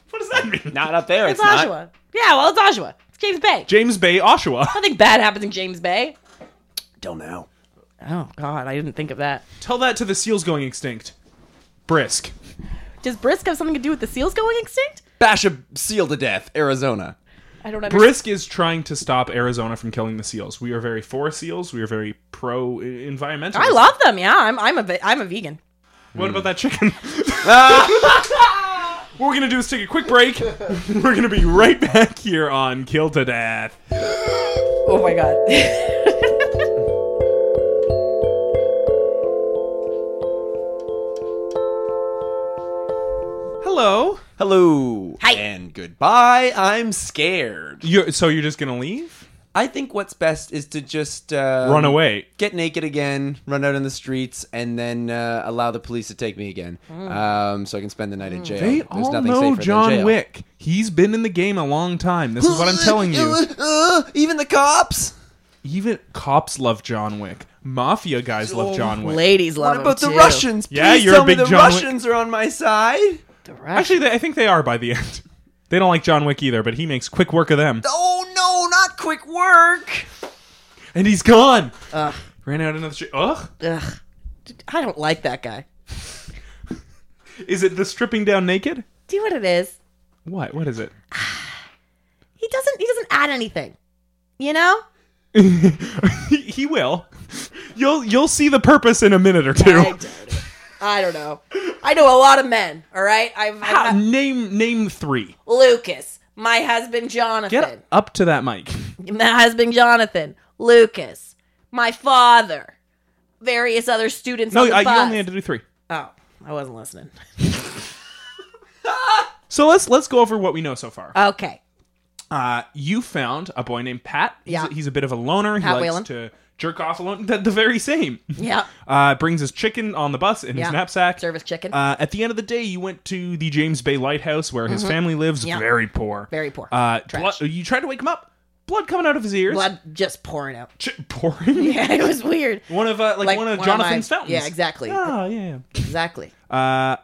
B: What does that mean?
D: Not up there.
C: It's,
D: It's,
C: Oshawa.
D: not.
C: Yeah, well, it's Oshawa. It's James Bay.
B: James Bay, Oshawa. [LAUGHS]
C: Nothing bad happens in James Bay.
D: Till now.
C: Oh, God. I didn't think of that.
B: Tell that to the seals going extinct. Brisk.
C: Does Brisk have something to do with the seals going extinct?
D: Bash a seal to death, Arizona.
C: I don't understand.
B: Brisk is trying to stop Arizona from killing the seals. We are very for seals. We are very pro environmental.
C: I love them. Yeah, I'm, I'm, a, ve- I'm a vegan.
B: What about that chicken? [LAUGHS]
D: Ah!
B: what we're gonna do is take a quick break. [LAUGHS] We're gonna be right back here on Kill to Death.
C: Oh, my God.
B: Hello.
D: Hello.
C: Hi.
D: And goodbye. I'm scared.
B: You're, so you're just gonna leave?
D: I think what's best is to just uh,
B: Run away.
D: get naked again, run out in the streets, and then uh, allow the police to take me again,
A: Mm.
D: um, so I can spend the night in jail.
B: They
D: There's
B: all
D: nothing
B: know
D: safer than
B: John
D: jail.
B: Wick. He's been in the game a long time. This is what I'm telling you.
D: Uh, [LAUGHS] even the cops.
B: Even cops love John Wick. Mafia guys love
D: Oh,
B: John Wick.
C: Ladies love
D: What about
C: them
D: the
C: too.
D: Russians? Please
B: Yeah, you're a
D: tell
B: big
D: me the
B: John Wick-
D: Russians are on my side.
C: The Russians.
B: Actually, they, I think they are by the end. [LAUGHS] They don't like John Wick either, but he makes quick work of them.
D: Oh no, not quick work.
B: And he's gone.
C: Ugh.
B: Ran out another street. Ugh.
C: Ugh. I don't like that guy.
B: Is it the stripping down naked?
C: Do you know what it is?
B: What? What is it? [LAUGHS]
C: He doesn't. He doesn't add anything. You know?
B: he, he will. You'll you'll see the purpose in a minute or two. [LAUGHS]
C: I doubt it. I don't know. I know a lot of men. All right. I've,
B: Ah,
C: I've met
B: name name three.
C: Lucas, my husband
B: Get
C: Jonathan,
B: up to that mic.
C: my husband Jonathan, Lucas, my father, various other students.
B: No,
C: on the
B: I, you
C: bus.
B: only had to do three.
C: oh, I wasn't listening.
B: So let's let's go over what we know so far.
C: Okay.
B: Uh, you found a boy named Pat. He's,
C: Yeah.
B: a, he's a bit of a loner.
C: Pat
B: he likes
C: Whalen.
B: to jerk off alone. The, the very same.
C: Yeah.
B: Uh, brings his chicken on the bus in
C: Yeah.
B: his knapsack.
C: Service chicken.
B: Uh, at the end of the day, you went to the James Bay Lighthouse where his family lives.
C: Mm-hmm. Yeah.
B: Very poor.
C: Very poor.
B: Uh,
C: Trash.
B: blo- you tried to wake him up. Blood coming out of his ears.
C: Blood just pouring out. [LAUGHS]
B: Ch- pouring.
C: Yeah, it was weird.
B: [LAUGHS] One of uh, like, one of Jonathan's
C: my-
B: fountains.
C: Yeah, exactly.
B: Ah, yeah.
C: Exactly.
B: yeah. Uh,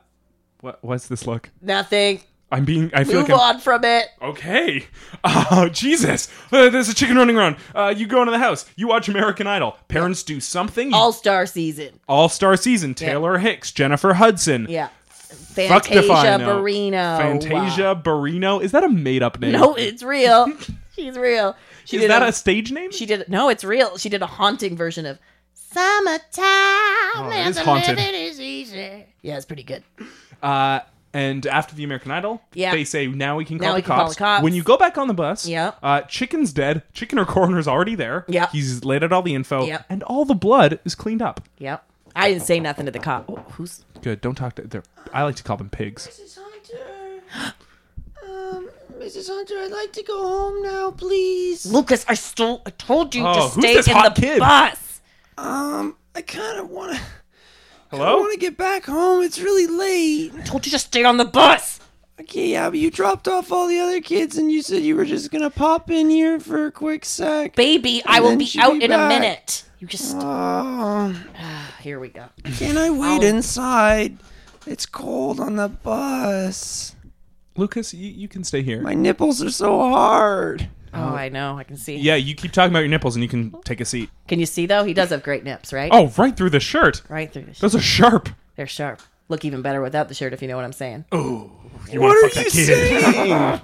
B: what what's this look?
C: Nothing.
B: I'm being. I feel
C: Move
B: like I'm,
C: on from it.
B: okay. [LAUGHS] Oh Jesus! Uh, there's a chicken running around. Uh, you go into the house. You watch American Idol. Parents do something.
C: All Star season.
B: All Star season. Taylor Hicks, Jennifer Hudson.
C: Yeah.
B: Fuck
C: Fantasia
B: if I know.
C: Barino.
B: Fantasia Barino. Is that a made up name?
C: No, it's real.
B: [LAUGHS]
C: She's real. She
B: Is
C: did
B: that
C: a,
B: a stage name?
C: she did no, it's real. She did a haunting version of Summertime
B: Oh, it
C: and
B: is
C: the
B: haunted.
C: living is easy. Yeah, it's pretty good.
B: Uh, and after the American Idol,
C: Yeah.
B: they say now we can call,
C: Now
B: the,
C: we can
B: cops.
C: call the cops.
B: When you go back on the bus,
C: Yeah.
B: uh, Chicken's dead. Chicken or coroner's already there.
C: Yeah.
B: he's laid out all the info.
C: Yeah.
B: and all the blood is cleaned up.
C: Yep. I didn't say nothing to the cop. Oh, who's
B: Good. Don't talk to. They're, I like to call them pigs.
A: Mrs. Hunter. Um, Mrs. Hunter, I'd like to go home now, please.
C: Lucas, I still I told you
B: Oh,
C: to
B: who's
C: stay
B: this
C: in the
B: hot kid?
C: bus.
A: Um, I kind of want to. I
B: Hello.
A: want to get back home. It's really late.
C: I told you to stay on the bus.
A: Okay, yeah, but you dropped off all the other kids, and you said you were just gonna pop in here for a quick sec.
C: Baby, I will
A: then
C: be
A: she'll
C: out
A: be
C: in a
A: back.
C: minute. You just ah,
A: Oh,
C: here we go.
A: can I wait
C: Oh.
A: inside? It's cold on the bus.
B: Lucas, you, you can stay here.
A: My nipples are so hard.
C: Oh, I know. I can see.
B: yeah, you keep talking about your nipples and you can take a seat.
C: Can you see though? He does have great nips, right?
B: Oh, right through the shirt.
C: Right through the shirt.
B: Those are sharp.
C: They're sharp. Look even better without the shirt, if you know what I'm saying.
B: Oh. You what
A: What are you saying?
B: [LAUGHS]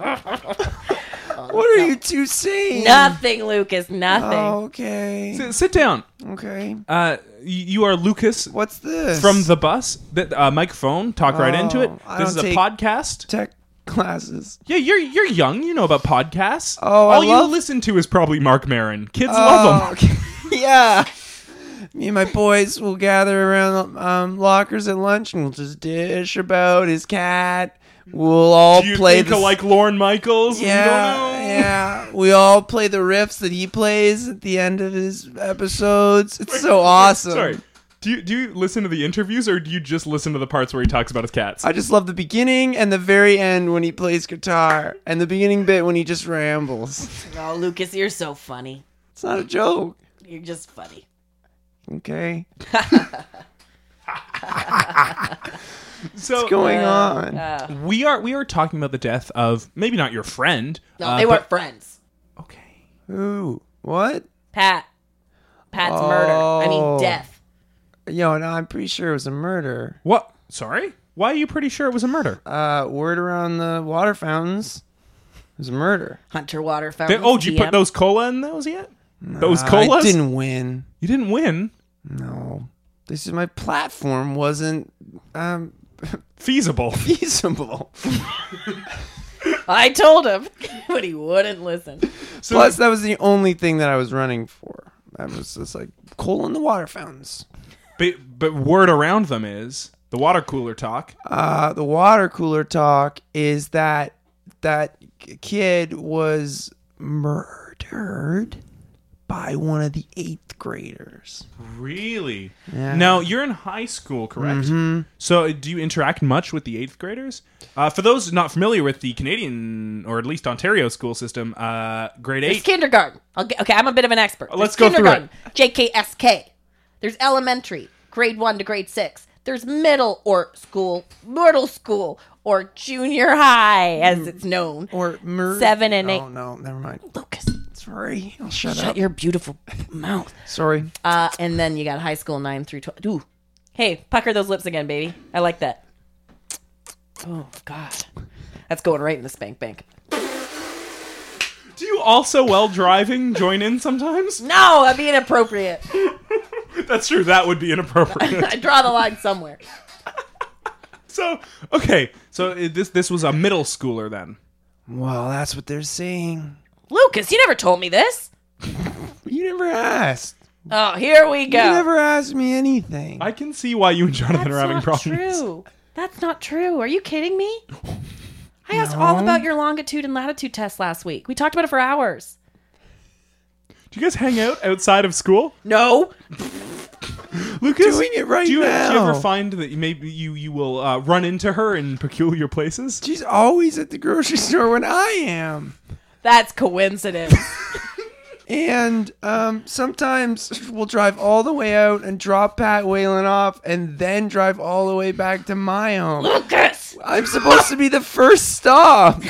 A: what are you two saying?
C: Nothing, Lucas. Nothing.
A: Oh. Okay.
B: Sit down.
A: Okay.
B: Uh, y- you are Lucas
A: What's this?
B: from the bus. That uh, microphone. Talk right into it.
A: Oh, I
B: This is
A: don't
B: a
A: take-
B: podcast.
A: tech classes.
B: Yeah, you're you're young. You know about podcasts.
A: Oh, I
B: all you
A: love-
B: listen to is probably Mark Marin. Kids love him. [LAUGHS]
A: Oh, okay. [LAUGHS] yeah. Me and my boys will gather around um, lockers at lunch and we'll just dish about his cat. We'll all
B: Do you
A: play
B: think
A: the
B: of like Lauren Michaels?
A: yeah,
B: you don't know.
A: yeah. We all play the riffs that he plays at the end of his episodes.
B: [LAUGHS]
A: It's so awesome.
B: Sorry. Do you do you listen to the interviews or do you just listen to the parts where he talks about his cats?
A: I just love the beginning and the very end when he plays guitar and the beginning bit when he just rambles.
C: Oh, Lucas, you're so funny.
A: It's not a joke.
C: You're just funny.
A: Okay.
B: so
A: What's going on?
B: we are we are talking about the death of maybe not your friend.
C: No,
B: uh,
C: they
B: but-
C: weren't friends.
B: okay.
A: Who? What?
C: Pat. Pat's murder. I mean,
A: Oh.
C: death.
A: Yo, no, I'm pretty sure it was a murder.
B: What? Sorry. Why are you pretty sure it was a murder?
A: Uh, word around the water fountains, it was a murder.
C: Hunter Water
B: They-
C: Fountain.
B: oh, did you put
C: TM.
B: those cola in those yet? Those
A: I
B: colas?
A: didn't win.
B: You didn't win.
A: No, this is my platform wasn't um [LAUGHS]
B: Feasible.
A: feasible.
C: I told him, [LAUGHS] but he wouldn't listen.
B: So
A: Plus, that was the only thing that I was running for. That was just like coal in the water fountains.
B: But, but word around them is the water cooler talk.
A: uh, the water cooler talk is that that k- kid was murdered by one of the eighth graders.
B: Really?
A: Yeah. Mm-hmm.
B: Now you're in high school, correct? So uh, do you interact much with the eighth graders? Uh, for those not familiar with the Canadian or at least Ontario school system, uh, grade
C: There's
B: eight.
C: kindergarten. I'll get, okay, I'm a bit of an expert.
B: Let's
C: There's
B: go through it.
C: kindergarten, JKSK. There's elementary, grade one to grade six. There's middle or school, middle school or junior high,
B: Mm.
C: as it's known.
A: Or murder.
C: Seven and
A: no,
C: eight.
A: No, never mind.
C: Lucas,
A: Sorry, I'll shut,
C: shut
A: up.
C: your beautiful mouth.
A: Sorry.
C: Uh, and then you got high school nine through twelve. Ooh, hey, pucker those lips again, baby. I like that. Oh God, that's going right in the spank bank.
B: Do you also, while driving, join in sometimes?
C: No, that'd be inappropriate.
B: That's true. That would be inappropriate.
C: [LAUGHS] I draw the line somewhere.
B: so okay. So uh, this this was a middle schooler then.
A: Well, that's what they're saying.
C: Lucas, you never told me this.
A: You never asked.
C: Oh, here we go.
A: You never asked me anything.
B: I can see why you and Jonathan are having problems.
C: true. That's not true. Are you kidding me? I asked all about your longitude and latitude test last week. We talked about it for hours.
B: Do you guys hang out outside of school?
C: No.
B: Lucas,
A: Doing it right
B: do you,
A: now.
B: do you ever find that you- maybe you you will uh, run into her in peculiar places?
A: She's always at the grocery [LAUGHS] store when I am.
C: That's coincidence.
A: And um, sometimes we'll drive all the way out and drop Pat Whalen off and then drive all the way back to my home.
C: [LAUGHS] Lucas,
A: I'm supposed to be the first stop.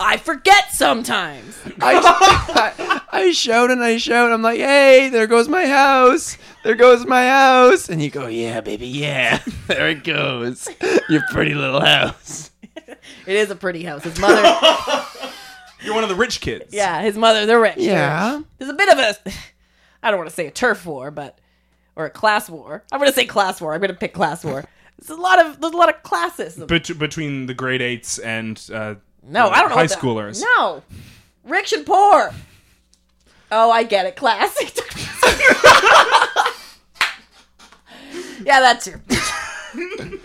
C: I forget sometimes.
A: I, I, [LAUGHS] I shout and I shout. I'm like, hey, there goes my house. There goes my house. And you go, yeah, baby, yeah. [LAUGHS] There it goes. Your pretty little house.
C: It is a pretty house. His [LAUGHS] mother,
B: You're one of the rich kids.
C: yeah, his mother, they're rich. They're
A: Yeah.
C: rich. There's a bit of a, I don't want to say a turf war, but, or a class war. I'm going to say class war. I'm going to pick class war. There's a lot of, there's a lot of classism.
B: Bet- between the grade eights and uh,
C: No,
B: uh,
C: I don't know.
B: high
C: what the-
B: schoolers.
C: No, rich and poor. Oh, I get it. Classic. [LAUGHS] yeah, that's true.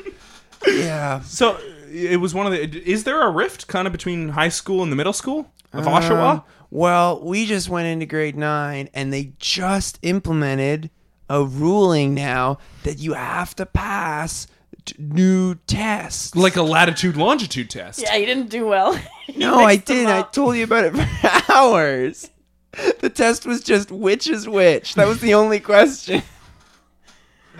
A: Yeah.
B: So uh, it was one of the. Is there a rift kind of between high school and the middle school of
A: Uh,
B: Oshawa?
A: Um, Well, we just went into grade nine and they just implemented a ruling now that you have to pass t- new tests.
B: Like a latitude longitude test.
C: Yeah, you didn't do well. [LAUGHS] You
A: no, I
C: mixed
A: [LAUGHS]
C: them
A: didn't. I
C: up.
A: told you about it for hours. The test was just which is which. That was the only question.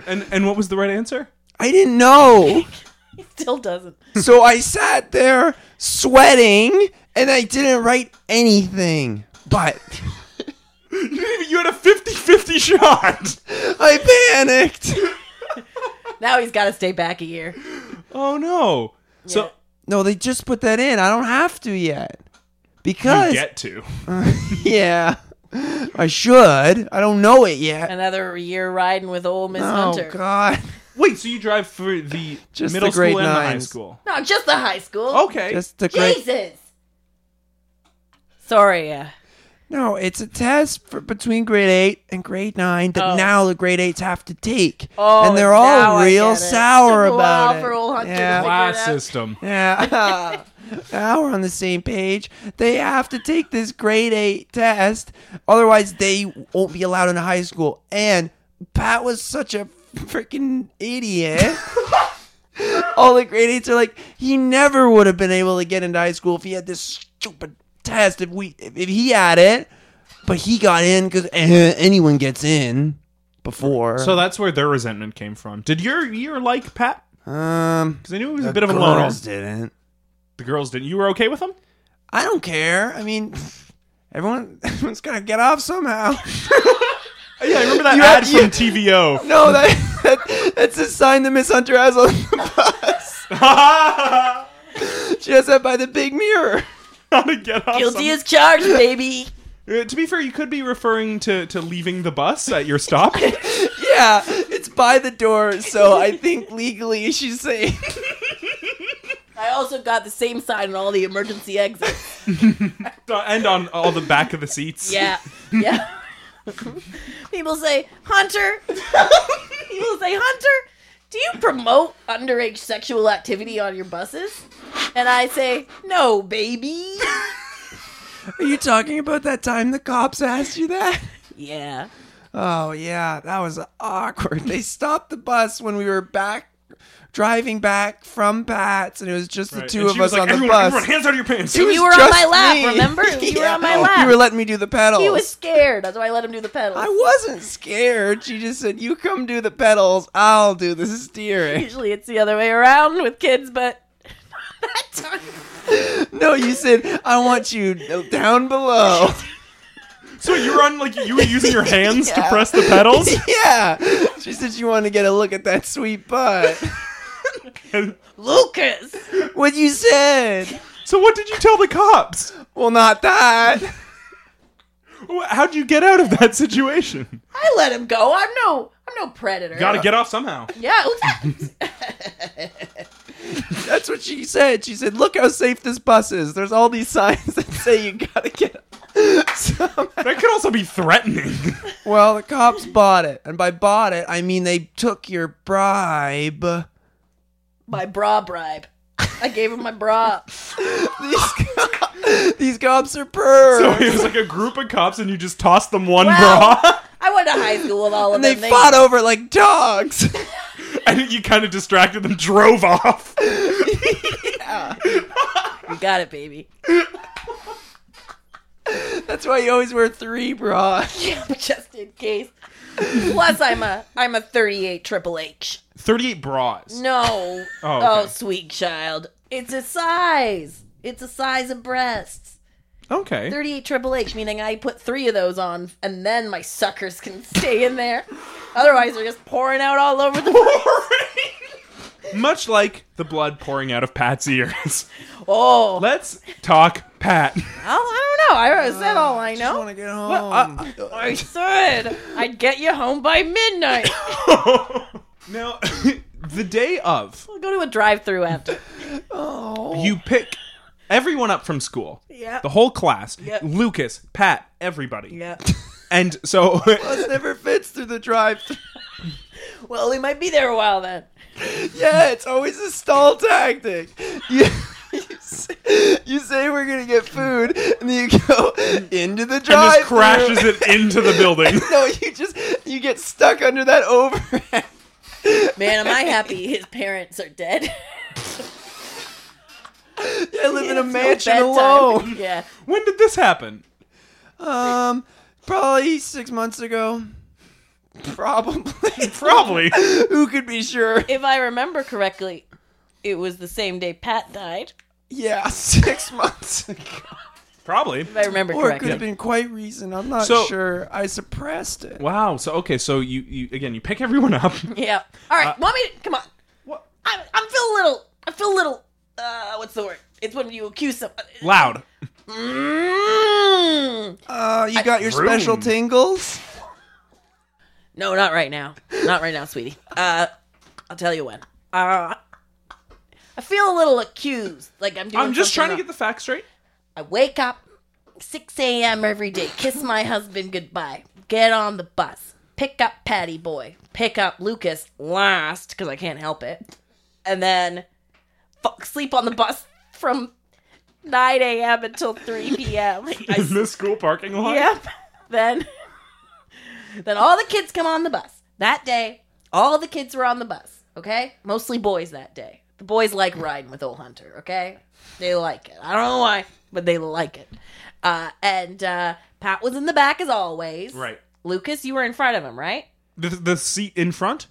B: And and what was the right answer?
A: I didn't know.
C: He still doesn't.
A: So I sat there sweating and I didn't write anything. But
B: You, didn't even- you had a 50-50 shot.
A: I panicked.
C: Now he's got to stay back a year.
B: Oh no. So
A: No, they just put that in. I don't have to yet.
B: you
A: Because
B: get to.
A: [LAUGHS] yeah, I should. I don't know it yet.
C: Another year riding with old Miss
A: Oh
C: Hunter.
A: god.
B: Wait, so you drive for the
A: [LAUGHS] Just
B: middle
A: the grade
B: school and the high
A: nines.
B: school.
C: No, just the high school.
A: Oh,
B: Okay.
A: Just the great.
C: Jesus. Sorry. Uh,
A: No, it's a test for between grade 8 and grade 9 that
C: Oh.
A: now the grade 8s have to take.
C: Oh,
A: and they're
C: now
A: all
C: I
A: real
C: get it. [LAUGHS]
A: sour
C: Took a while
A: about it.
C: for old Hunter to
A: yeah.
C: figure
B: Class
C: it out.
B: system.
A: Yeah. [LAUGHS] now we're on the same page. They have to take this grade 8 test. Otherwise, they won't be allowed into high school. And Pat was such a freaking idiot. [LAUGHS] all the grade 8s are like, he never would have been able to get into high school if he had this stupid test. If we, if, if he had it, but he got in because anyone gets in before.
B: So that's where their resentment came from. Did your year like Pat?
A: um,
B: Because I knew he was
A: the
B: a bit of a loner.
A: girls didn't.
B: The girls didn't. You were okay with him?
A: I don't care. I mean, everyone, [LAUGHS] everyone's got to get off somehow.
B: Yeah, I remember that
A: You
B: ad
A: had- you-
B: from
A: [LAUGHS]
B: TVO.
A: [LAUGHS] No, that, that that's a sign that Miss Hunter has on the bus.
B: [LAUGHS] How
A: [LAUGHS] She has that by the big mirror.
B: to get off
C: Guilty
B: some-
C: as charged, baby.
B: Uh, to be fair, you could be referring to, to leaving the bus at your
C: [LAUGHS]
B: stop.
A: Yeah, it's by the door, so I think legally she's safe.
C: I also got the same sign on all the emergency exits.
B: and on all the back of the seats.
C: [LAUGHS] Yeah. Yeah. People say, [LAUGHS] Hunter. People say, Hunter, do you promote underage sexual activity on your buses? And I say, no, baby.
A: Are you talking about that time the cops asked you that?
C: [LAUGHS] Yeah.
A: Oh yeah, that was awkward. They stopped the bus when we were back driving back from Pat's, and it was just the
B: Right.
A: two
B: And
A: of
B: she was
A: us
B: like,
A: on the
B: everyone,
A: bus.
B: Everyone, hands out of your
A: [LAUGHS]
B: pants.
A: It was
C: You were on my
A: just Oh,
C: lap, remember? You were on
A: [LAUGHS]
C: my lap.
A: You were letting me do the pedals.
C: He was scared. That's why I let him do the pedals.
A: I wasn't scared. She just said, "You come do the pedals. I'll do the
C: [LAUGHS]
A: steering."
C: Usually it's the other way around with kids, but [LAUGHS] that time.
A: no, you said, "I want you down below."
B: So you were on like you were using your hands to
A: Yeah.
B: press the
C: [LAUGHS]
B: pedals.
A: yeah, she said she wanted to get a look at that sweet butt.
C: Lucas!
A: what you said?
B: so what did you tell the cops?
A: Well, not that.
B: Wh- How'd you get out of that situation?
C: I let him go. I'm no I'm no predator.
B: Got to get off somehow.
C: Yeah, [LAUGHS] who's
A: That's what she said. She said, "Look how safe this bus is. There's all these signs [LAUGHS] that say you gotta get." up." Somehow-
B: That could also be threatening. [LAUGHS]
A: well, the cops bought it, and by bought it, I mean they took your bribe. [LAUGHS]
C: my bra bribe. I gave him my bra.
A: These, co- these cops are pervs.
B: so it was like a group of cops, and you just tossed them one
C: Wow.
B: bra, [LAUGHS]
C: I went to high school with all of
A: and they
C: them.
A: fought over it like dogs. [LAUGHS]
B: and you kind of distracted them, drove off.
C: You got it, baby.
A: That's why you always wear three bras.
C: [LAUGHS] Just in case. Plus, I'm a I'm a 38 Triple H.
B: Thirty-eight bras.
C: No.
B: Oh, okay.
C: sweet child. It's a size. It's a size of breasts.
B: Okay.
C: 38 Triple H, meaning I put three of those on, and then my suckers can [LAUGHS] stay in there. Otherwise, they're just pouring out all over the
B: [LAUGHS] Much like the blood pouring out of Pat's ears. [LAUGHS]
C: Oh,
B: Let's talk Pat.
C: Well, I don't know. I is that
B: Uh,
C: all I
A: I
C: know?
A: want to get home.
C: I said I'd get you home by
B: [COUGHS]
C: midnight.
B: now, [LAUGHS] the day of,
C: we'll go to a drive-through after.
A: oh.
B: you pick everyone up from school.
C: Yeah.
B: The whole class.
C: Yeah.
B: Lucas, Pat, everybody.
C: Yeah.
B: And so [LAUGHS]
A: Bus never fits through the drive.
C: Well, we might be there a while then.
A: Yeah, it's always a stall tactic. [LAUGHS] You, you, say, you say we're gonna get food, and then you go into the
B: and
A: drive.
B: just crashes it into the [LAUGHS] building.
A: [LAUGHS] No, you just you get stuck under that overhead.
C: Man, am I
A: [LAUGHS]
C: happy his parents are dead. [LAUGHS]
A: I live in a
C: It's no
A: mansion
C: bedtime.
A: alone.
C: [LAUGHS] Yeah.
B: When did this happen?
A: Um, probably six months ago. Probably.
B: Probably.
A: [LAUGHS] Who could be sure?
C: If I remember correctly, it was the same day Pat died.
A: Yeah, six [LAUGHS] months ago.
B: Probably.
C: If I remember
A: Or it could
C: correctly.
A: have been quite recent. I'm not
B: So-
A: sure. I suppressed it.
B: Wow. So okay. So you, you again. You pick everyone up.
C: Yeah. All
A: Uh,
C: right. want me? To, come on.
B: [LAUGHS] What?
C: I'm, I'm feel a little. I feel a little. Uh, what's the word? It's when you accuse someone.
B: Loud.
C: Mm.
A: Uh, you got your
B: Vroom.
A: special tingles?
C: No, not right now. Not right now, sweetie. Uh, I'll tell you when. Uh, I feel a little accused. Like I'm doing.
B: I'm just trying
C: something
B: to get the facts straight.
C: wrong. I wake up 6 a.m. every day. Kiss my husband goodbye. Get on the bus. Pick up Patty Boy. Pick up Lucas last because I can't help it. And then fuck, sleep on the bus from 9 a.m. until 3 p.m. I
B: In the school parking lot.
C: Yep. [LAUGHS] Then then all the kids come on the bus. That day, all the kids were on the bus, okay? Mostly boys that day. The boys like riding with old Hunter, okay? They like it. I don't know why, but they like it. Uh, and uh, Pat was in the back as always.
B: Right.
C: Lucas, you were in front of him, right?
B: The, the seat in front.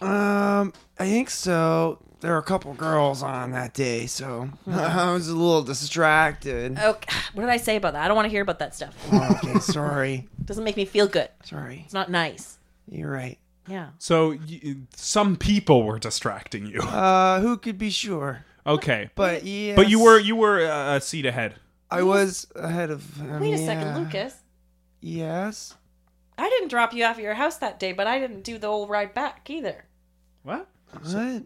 A: Um, I think so. There were a couple girls on that day, so [LAUGHS]
C: Hmm.
A: I was a little distracted.
C: [LAUGHS] Okay. [SIGHS] What did I say about that? I don't want to hear about that stuff.
A: okay, sorry.
C: doesn't make me feel good.
A: Sorry.
C: It's not nice.
A: You're right.
C: Yeah.
B: So y some people were distracting you.
A: Uh, who could be sure?
B: Okay.
A: But yeah.
B: But you were you were uh, a seat ahead.
A: I was ahead of him.
C: Wait a
A: yeah.
C: second, Lucas.
A: Yes.
C: I didn't drop you off at your house that day, but I didn't do the whole ride back either.
B: What?
A: What?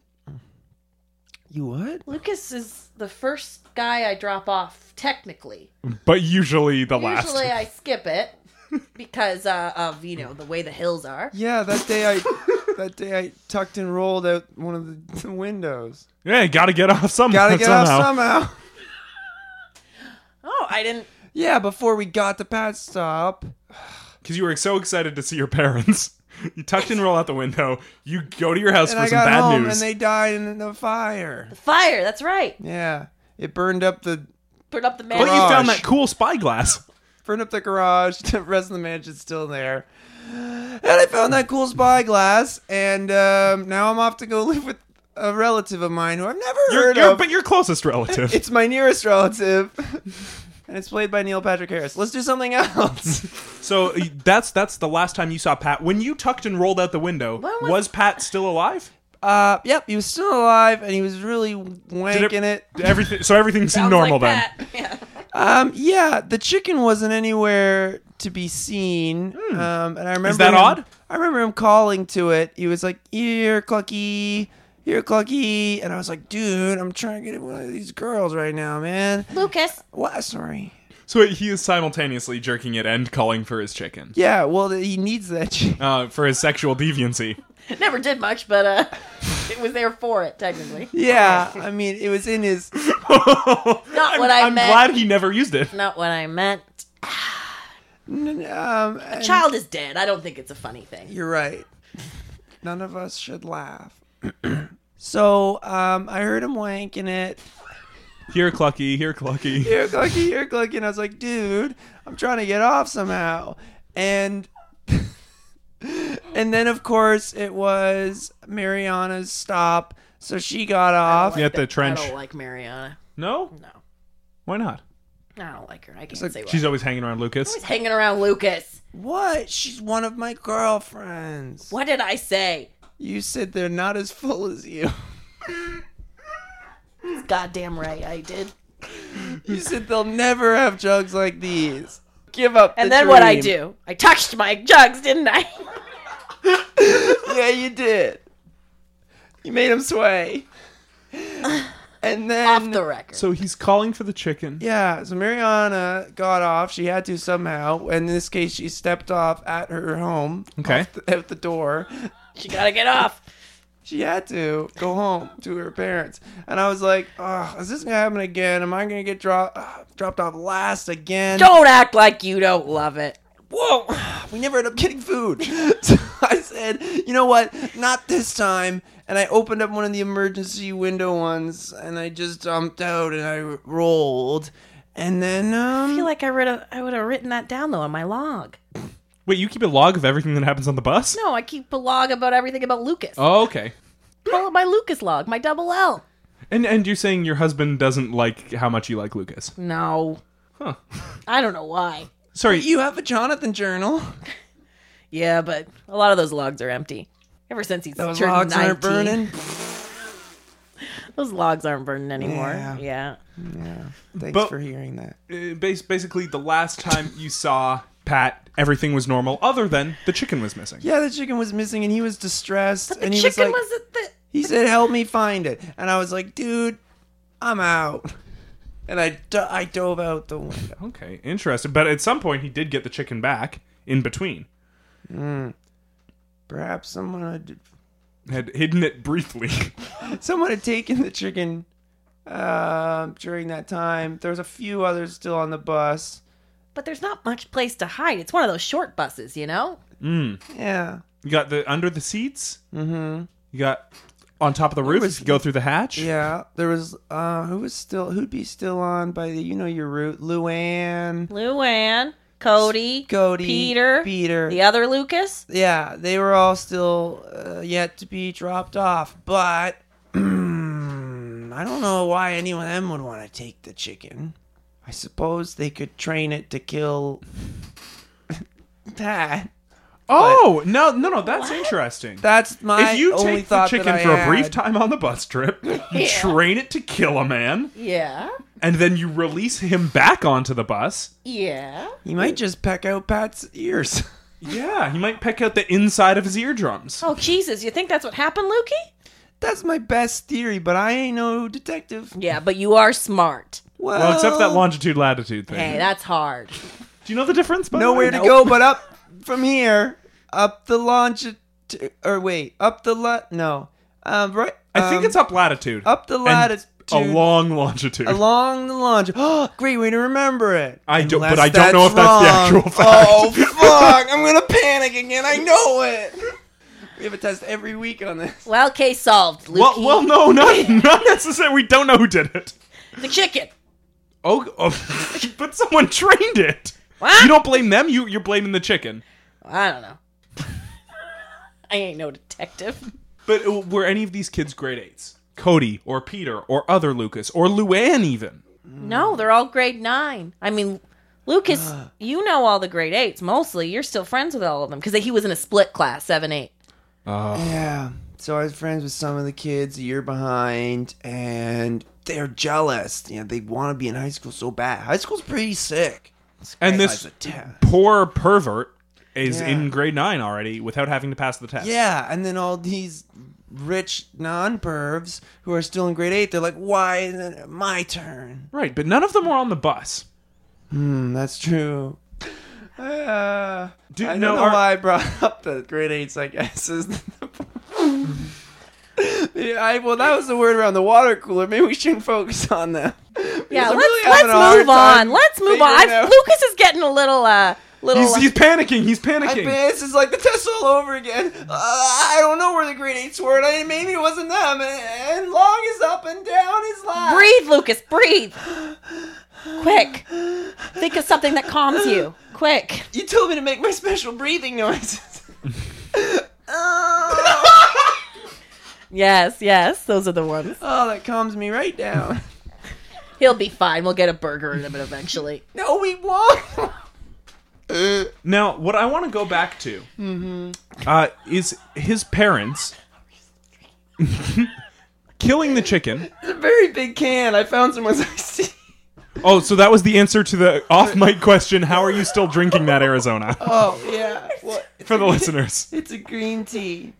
A: You what?
C: Lucas is the first guy I drop off, technically.
B: But usually the last.
C: Usually I skip it [LAUGHS] because uh, of, you know, the way the hills are.
A: Yeah, that day
C: [LAUGHS]
A: I that day I tucked and rolled out one of the, the windows.
B: Yeah, gotta get off some. [LAUGHS]
A: Gotta get
B: somehow.
A: off somehow.
C: Oh, I didn't.
A: Yeah, before we got to pad stop.
B: Because you were so excited to see your parents. [LAUGHS] You tucked and roll out the window. You go to your house
A: And
B: for
A: I
B: some
A: got
B: bad
A: home
B: news.
A: and they died in the fire.
C: The fire, that's right.
A: Yeah. It burned up the
C: Put up the
B: but
C: man.
B: you found
A: Garage.
B: that cool
A: [LAUGHS]
B: spyglass.
A: burned up the garage. [LAUGHS] The rest of the mansion's still there. And I found that cool spyglass, and um, now I'm off to go [LAUGHS] live with a relative of mine who I've never
B: You're,
A: heard
B: you're, [LAUGHS]
A: of.
B: but your closest relative.
A: [LAUGHS] It's my nearest relative, [LAUGHS] and it's played by Neil Patrick Harris. Let's do something [LAUGHS] else.
B: so uh, that's that's the last time you saw Pat. When you tucked and rolled out the window,
C: When
B: was,
C: was-
B: Pat still alive?
A: Uh, yep, he was still alive, and he was really
B: Did
A: wanking it.
B: Everything. So everything seemed
C: Sounds
B: normal then.
C: like That. [LAUGHS] Yeah.
A: Um, yeah, the chicken wasn't anywhere to be seen. Um, and I remember
B: Hmm. that
A: him-
B: odd?
A: I remember him calling to it. He was like, "Here, Clucky, here, Clucky," and I was like, "Dude, I'm trying to get one of these girls right now, man."
C: Lucas,
A: What? Sorry.
B: So he is simultaneously jerking it and calling for his chicken.
A: Yeah, well, th- he needs that [LAUGHS] chicken.
B: Uh, for his sexual
A: [LAUGHS]
B: deviancy.
C: never did much, but uh, it was there for it, technically. [LAUGHS]
A: Yeah, I mean, it was in his.
C: Not
B: I'm,
C: what I
B: I'm
C: meant.
B: glad he never used it.
C: Not what I meant.
A: n- Um, and-
C: Child is dead. I don't think it's a funny thing.
A: You're right. None of us should laugh. [CLEARS THROAT] so, um, I heard him wanking it.
B: Here, Clucky. Here, Clucky.
A: Here, Clucky, here, Clucky, and I was like, dude, I'm trying to get off somehow, and. [LAUGHS] And then, of course, it was Mariana's stop, so she got off.
B: At the trench.
C: I don't like Mariana.
B: No?
C: No.
B: Why not?
C: I don't like her. I can't say
B: She's
C: what.
B: always hanging around Lucas.
C: She's hanging around Lucas.
A: What? She's one of my girlfriends.
C: What did I say?
A: You said they're not as full as you.
C: Goddamn right, I did.
A: You said they'll never have jugs like these. Give up.
C: And
A: the
C: then what I
A: dream.
C: do? I touched my jugs, didn't
A: [LAUGHS]
C: I?
A: Yeah, you did. You made him
C: [LAUGHS]
A: sway. And
C: Off
A: then
C: the record.
B: So he's calling for the chicken.
A: yeah, so Mariana got off. She had to somehow. And in this case, she stepped off at her home [LAUGHS]
B: Okay.
A: at the door.
C: she gotta get off.
A: She had to go home to her parents. And I was like, oh, is this going to happen again? Am I going to get dro- uh, dropped off last again?
C: Don't act like you don't love it.
A: Whoa! We never end up getting food. [LAUGHS] so I said, you know what? Not this time. And I opened up one of the emergency window ones and I just jumped out and I rolled. And then
C: I
A: um
C: feel like I would have I would have written that down though on my log.
B: Wait, you keep a log of everything that happens on the bus?
C: No, I keep a log about everything about Lucas.
B: Oh, okay.
C: Pull up my Lucas log, my double L.
B: And and you're saying your husband doesn't like how much you like Lucas?
C: No,
B: Huh.
C: I don't know why.
B: Sorry.
A: you have a Jonathan journal.
C: Yeah, but a lot of those logs are empty. Ever since he's
A: Those
C: turned
A: logs
C: 19,
A: aren't burning.
C: Those logs aren't burning anymore.
A: Yeah.
C: yeah.
A: Thanks
B: But-
A: for hearing that.
B: uh, bas- basically, the last time you saw Pat, everything was normal, other than the chicken was missing.
A: Yeah, the chicken was missing and he was distressed
C: The
A: and he was
C: chicken
A: like
C: was at the.
A: he said help me find it. And I was like, "Dude, I'm out." And I, do- I dove out the window.
B: Okay, interesting. But at some point, he did get the chicken back in between.
A: Perhaps someone had
B: Had hidden it briefly. [LAUGHS]
A: someone had taken the chicken uh, during that time. There was a few others still on the bus.
C: But there's not much place to hide. It's one of those short buses, you know.
A: Yeah.
B: you got the under the seats. Mm-hmm. You got on top of the roof. you go through the hatch.
A: Yeah, there was uh who was still who'd be still on by the you know your route, Luann,
C: Luann, Cody,
A: Cody,
C: Peter,
A: Peter.
C: the other Lucas.
A: Yeah, they were all still uh, yet to be dropped off, but [CLEARS THROAT] I don't know why anyone of them would want to take the chicken. I suppose they could train it to kill [LAUGHS] Pat.
B: Oh no, no, no! That's interesting.
A: That's my
B: if you
A: only
B: take the
A: thought
B: chicken
A: that I
B: for a
A: had.
B: brief time on the bus trip,
C: [LAUGHS]
B: you train it to kill a man,
C: Yeah,
B: and then you release him back onto the bus.
C: yeah.
A: You might just peck out Pat's ears. [LAUGHS]
B: Yeah, he might peck out the inside of his eardrums.
C: Oh Jesus, you think that's what happened, Lukey?
A: That's my best theory, but I ain't no detective.
C: Yeah, but you are smart.
A: Well,
B: Well, except for that longitude latitude thing.
C: Hey, that's hard.
B: Do you know the difference? by the
A: Nowhere
B: way?
A: to go but up from here, up the longitude, or wait, up the lat. No, um, right.
B: I think
A: um,
B: it's up latitude.
A: up the
B: And
A: latitude.
B: A long longitude.
A: along the longitude. Oh, [GASPS] great way to remember it.
B: I don't, but
A: Unless
B: I don't know if that's the
A: wrong.
B: actual fact.
A: Oh fuck! I'm gonna panic again. I know it. We have a test every week on this.
C: Well, case solved, Lukey.
B: Well, well, no,
A: [LAUGHS]
B: not [LAUGHS] not necessarily. We don't know who did it.
C: the chicken.
B: Oh, [LAUGHS] oh but someone [LAUGHS] trained it.
C: What?
B: You don't blame them. You you're blaming the chicken.
C: I don't know. [LAUGHS] I ain't no detective.
B: But uh, were any of these kids grade eights? Cody or Peter or other Lucas or Luann even?
C: Mm. No, they're all grade nine. I mean, Lucas, you know all the grade eights mostly. You're still friends with all of them because he was in a split class, seven eight.
A: Yeah. So I was friends with some of the kids a year behind, and they're jealous. You know, they want to be in high school so bad. High school's pretty sick.
B: And this
A: Besides the test.
B: poor pervert is
A: Yeah.
B: in grade nine already without having to pass the test.
A: Yeah, and then all these rich non-pervs who are still in grade eight, they're like, "Why isn't it my turn?"
B: Right, but none of them were on the bus.
A: Mm, that's true. Uh,
B: Do-
A: I don't
B: no,
A: know
B: are-
A: why I brought [LAUGHS] up the grade eights. I guess is the [LAUGHS] yeah, I, well, that was the word around the water cooler. Maybe we shouldn't focus on them.
C: Yeah,
A: Because I'm
C: let's
A: really
C: let's
A: having a hard
C: move
A: time
C: on. Let's move
A: figuring
C: on. I've-
A: out-
C: Lucas is getting a little uh little.
B: He's,
C: uh,
B: he's panicking. He's
A: I
B: panicking.
A: mean, this is like the test all over again. Uh, I don't know where the grade eights were, and I, maybe it wasn't them. And, and long is up and down is left.
C: breathe, Lucas. Breathe. Quick, think of something that calms you. Quick.
A: You told me to make my special breathing [LAUGHS] noises. oh,
C: Yes, yes, those are the ones.
A: oh, that calms me right down.
C: He'll be fine. We'll get a burger in him eventually.
A: No, we [LAUGHS] won't.
B: Now, what I want to go back to
A: Mm-hmm.
B: uh, is his parents [LAUGHS] killing the chicken.
A: It's a very big can. I found someone's iced tea.
B: Oh, so that was the answer to the off mic question. How are you still drinking that Arizona?
A: Oh yeah. Well, it's,
B: For the listeners.
A: it's a green tea,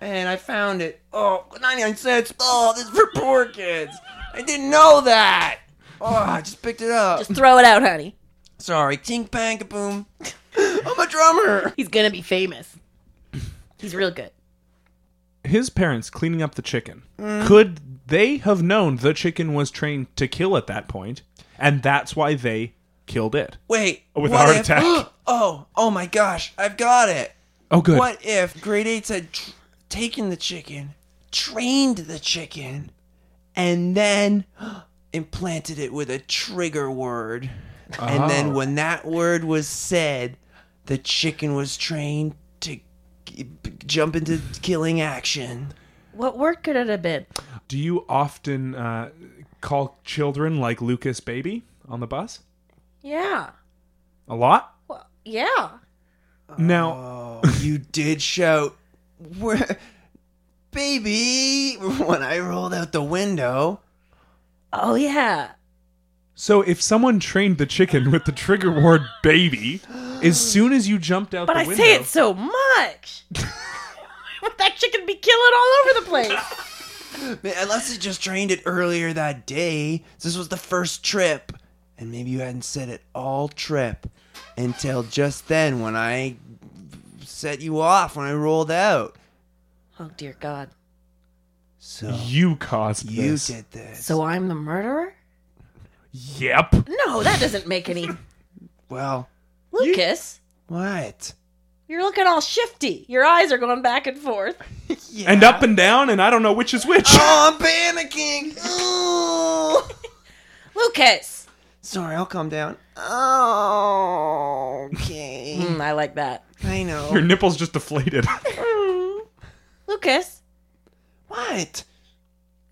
A: and I found it. Oh, 99 cents. Oh, this is for poor kids. I didn't know that. Oh, I just picked it up.
C: Just throw it out, honey.
A: Sorry. Tink bang kaboom. [LAUGHS] I'm a drummer.
C: He's gonna be famous. He's real good.
B: His parents cleaning up the chicken. Could they have known the chicken was trained to kill at that point, and that's why they killed it?
A: Wait.
B: With a
A: what
B: heart
A: if-
B: attack.
A: [GASPS] oh, oh my gosh, I've got it.
B: Oh, good.
A: What if grade eights had tr- taken the chicken, trained the chicken, and then [GASPS] implanted it with a trigger word. And then
B: Oh.
A: when that word was said, the chicken was trained to g- jump into killing action.
C: What word could it have been?
B: Do you often uh, call children like Lucas baby on the bus?
C: Yeah.
B: A lot?
C: Well, yeah.
B: Now,
A: Oh,
B: [LAUGHS]
A: you did shout, "Where- baby, [LAUGHS] when I rolled out the window.
C: Oh yeah.
B: so if someone trained the chicken with the trigger word baby, as soon as you jumped out
C: But
B: the
C: I
B: window,
C: say it so much. [LAUGHS] Would that chicken be killing all over the place?
A: Man, Unless it just trained it earlier that day. This was the first trip. And maybe you hadn't said it all trip until just then when I set you off when I rolled out.
C: Oh dear God.
A: So
B: you caused
A: you
B: this.
A: did this.
C: So I'm the murderer?
B: Yep.
C: No, that doesn't make [LAUGHS] any
A: Well,
C: Lucas.
A: what?
C: You're looking all shifty. Your eyes are going back and forth.
B: And uh, up and down, and I don't know which is which.
A: Oh, I'm panicking. Oh.
C: Lucas.
A: Sorry, I'll calm down. Oh,
B: [LAUGHS]
A: okay.
C: Mm, I like that.
A: I
B: Your
A: know.
B: nipple's just deflated. [LAUGHS]
C: Lucas,
A: What?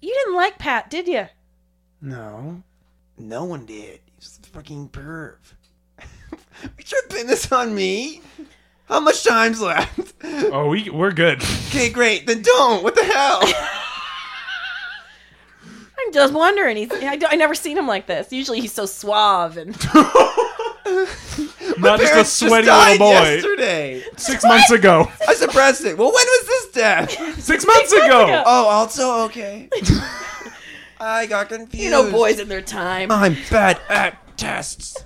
C: you didn't like Pat, did you?
A: No. No one did. He's a fucking perv. [LAUGHS] we should pin this on me. How much time's left? [LAUGHS]
B: oh, we, we're good.
A: Okay, great. Then don't. What
B: [LAUGHS]
A: the hell?
C: I'm just wondering. He's, I, don't- I never seen him like this. Usually he's so suave and [LAUGHS]
B: Not just a
A: Parents
B: sweaty
A: died
B: little boy.
A: Yesterday.
B: Six months ago.
A: I suppressed it. Well, when was this death?
B: Six months ago.
C: ago.
A: Oh, also
B: [LAUGHS]
A: okay. I got confused.
C: you know boys in their time.
A: I'm bad [SIGHS] at tests.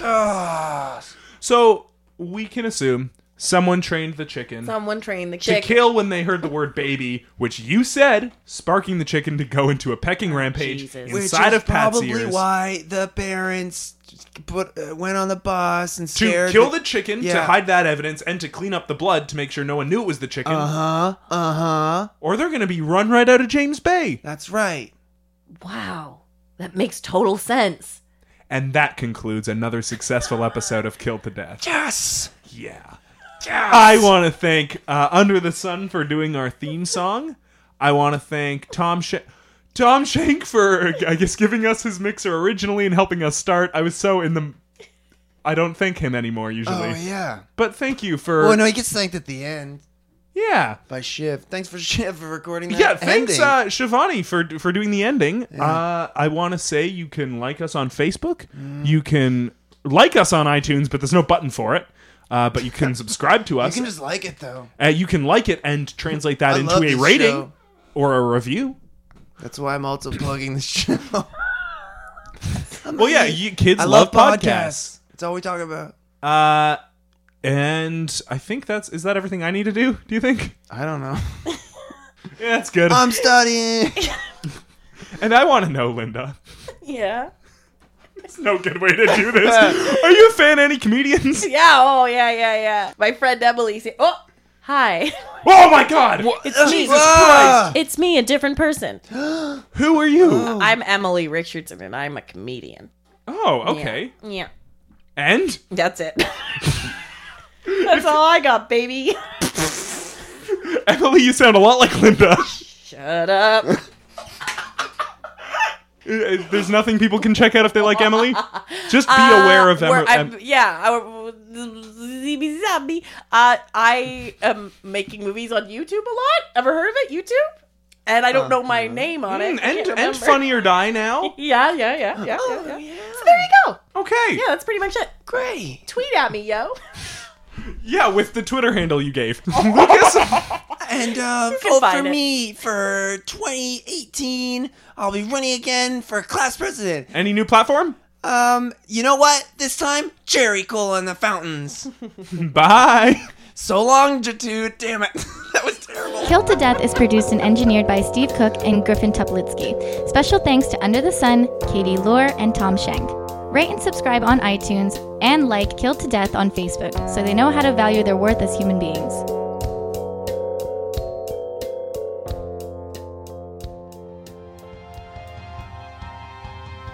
A: Ah.
B: So we can assume someone trained the chicken
C: Someone trained the
B: to
C: chick.
B: kill when they heard the word baby, which you said, sparking the chicken to go into a pecking rampage
C: Jesus.
A: Which
B: inside
A: is
B: of Pat's
A: probably
B: ears.
A: why the parents put, uh, went on the bus and
B: to
A: scared
B: kill the chicken to
A: Yeah.
B: hide that evidence and to clean up the blood to make sure no one knew it was the chicken,
A: Uh huh. Uh huh.
B: or they're going to be run right out of James Bay.
A: That's right.
C: Wow. That makes total sense.
B: And that concludes another successful episode of Killed to Death.
A: Yes.
B: Yeah.
A: Yes.
B: I want to thank uh, Under the Sun for doing our theme song. I want to thank Tom Shank. Tom Shank for, I guess, giving us his mixer originally and helping us start. I was so in the. I don't thank him anymore usually,
A: Oh yeah.
B: but thank you for.
A: Well, no, he gets thanked at the end
B: Yeah,
A: by Shiv. Thanks for [LAUGHS] Shiv for recording that.
B: yeah. Thanks,
A: ending.
B: uh, Shivani, for for doing the ending. Uh, I want to say you can like us on Facebook. You can like us on iTunes, but there's no button for it. Uh, but you
A: [LAUGHS]
B: can subscribe to
A: you
B: us.
A: can just like it though.
B: Uh, you can like it and translate that
A: I
B: into
A: love
B: a
A: this
B: rating
A: show.
B: or a review.
A: That's why I'm also plugging the [LAUGHS] show.
B: Well, yeah, you, kids
A: I
B: love, podcasts.
A: love podcasts. That's all we talk about.
B: Uh, and I think that's is that everything I need to do? Do you think?
A: I don't know.
B: Yeah, that's good.
A: [LAUGHS] I'm [LAUGHS] studying.
B: and I want to know, Linda.
C: Yeah.
B: It's no good way to do
A: [LAUGHS]
B: this. Are you a fan of any comedians?
C: [LAUGHS] Yeah. Oh, yeah, yeah, yeah. My friend Emily said, Oh, hi. [LAUGHS]
B: Oh my God!
C: It's me.
A: Ah!
C: It's me, a different person.
B: Who are you?
A: Oh.
C: I'm Emily Richardson and I'm a comedian.
B: Oh, okay.
C: Yeah. yeah.
B: And
C: That's it. [LAUGHS] That's all I got, baby.
B: Emily, you sound a lot like Linda. [LAUGHS]
C: Shut up.
B: Uh, There's nothing people can check out if they like Emily. Just be aware of
C: Uh, where
B: Emily.
C: I'm- yeah. I, zibby zabby. Uh, I am making movies on YouTube a lot. Ever heard of it? YouTube? And I don't know my name on it. I
B: Uh, Mm,
C: can't
B: and and
C: remember.
B: funny or die
C: [LAUGHS]
B: now.
C: Yeah, yeah, yeah, yeah,
A: Oh,
C: yeah, yeah.
A: yeah.
C: So there you go.
B: Okay.
C: Yeah, that's pretty much it.
A: Great.
C: Tweet at me, yo.
B: Yeah, with the Twitter handle you gave. Lucas.
A: And uh,
C: can
A: vote for
C: find it.
A: me for 2018. I'll be running again for class president.
B: [LAUGHS] Any new platform?
A: Um, you know what? This time, cherry cola in the fountains.
B: Bye.
A: So longitude, damn it. [LAUGHS] that was terrible.
E: Killed to Death is produced and engineered by Steve Cook and Griffin Tuplitsky. Special thanks to Under the Sun, Katie Lohr, and Tom Schenk. Rate and subscribe on iTunes and like Killed to Death on Facebook so they know how to value their worth as human beings.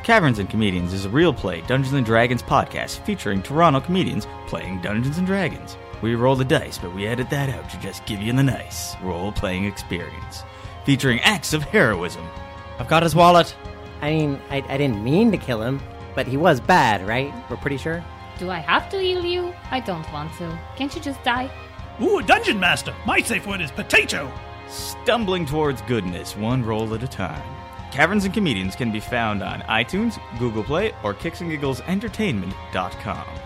B: Caverns and Comedians is a real play Dungeons and Dragons podcast featuring Toronto comedians playing Dungeons and Dragons. We roll the dice, but we edit that out to just give you the nice role playing experience featuring acts of heroism. I've got his wallet.
F: I mean, I, I didn't mean to kill him, but he was bad, right? We're pretty sure.
G: Do I have to heal you? I don't want to. Can't you just die?
H: Ooh, a dungeon master. My safe word is potato.
B: Stumbling towards goodness, one roll at a time. Caverns and Comedians can be found on iTunes, Google Play, or kicksandgigglesEntertainment.com.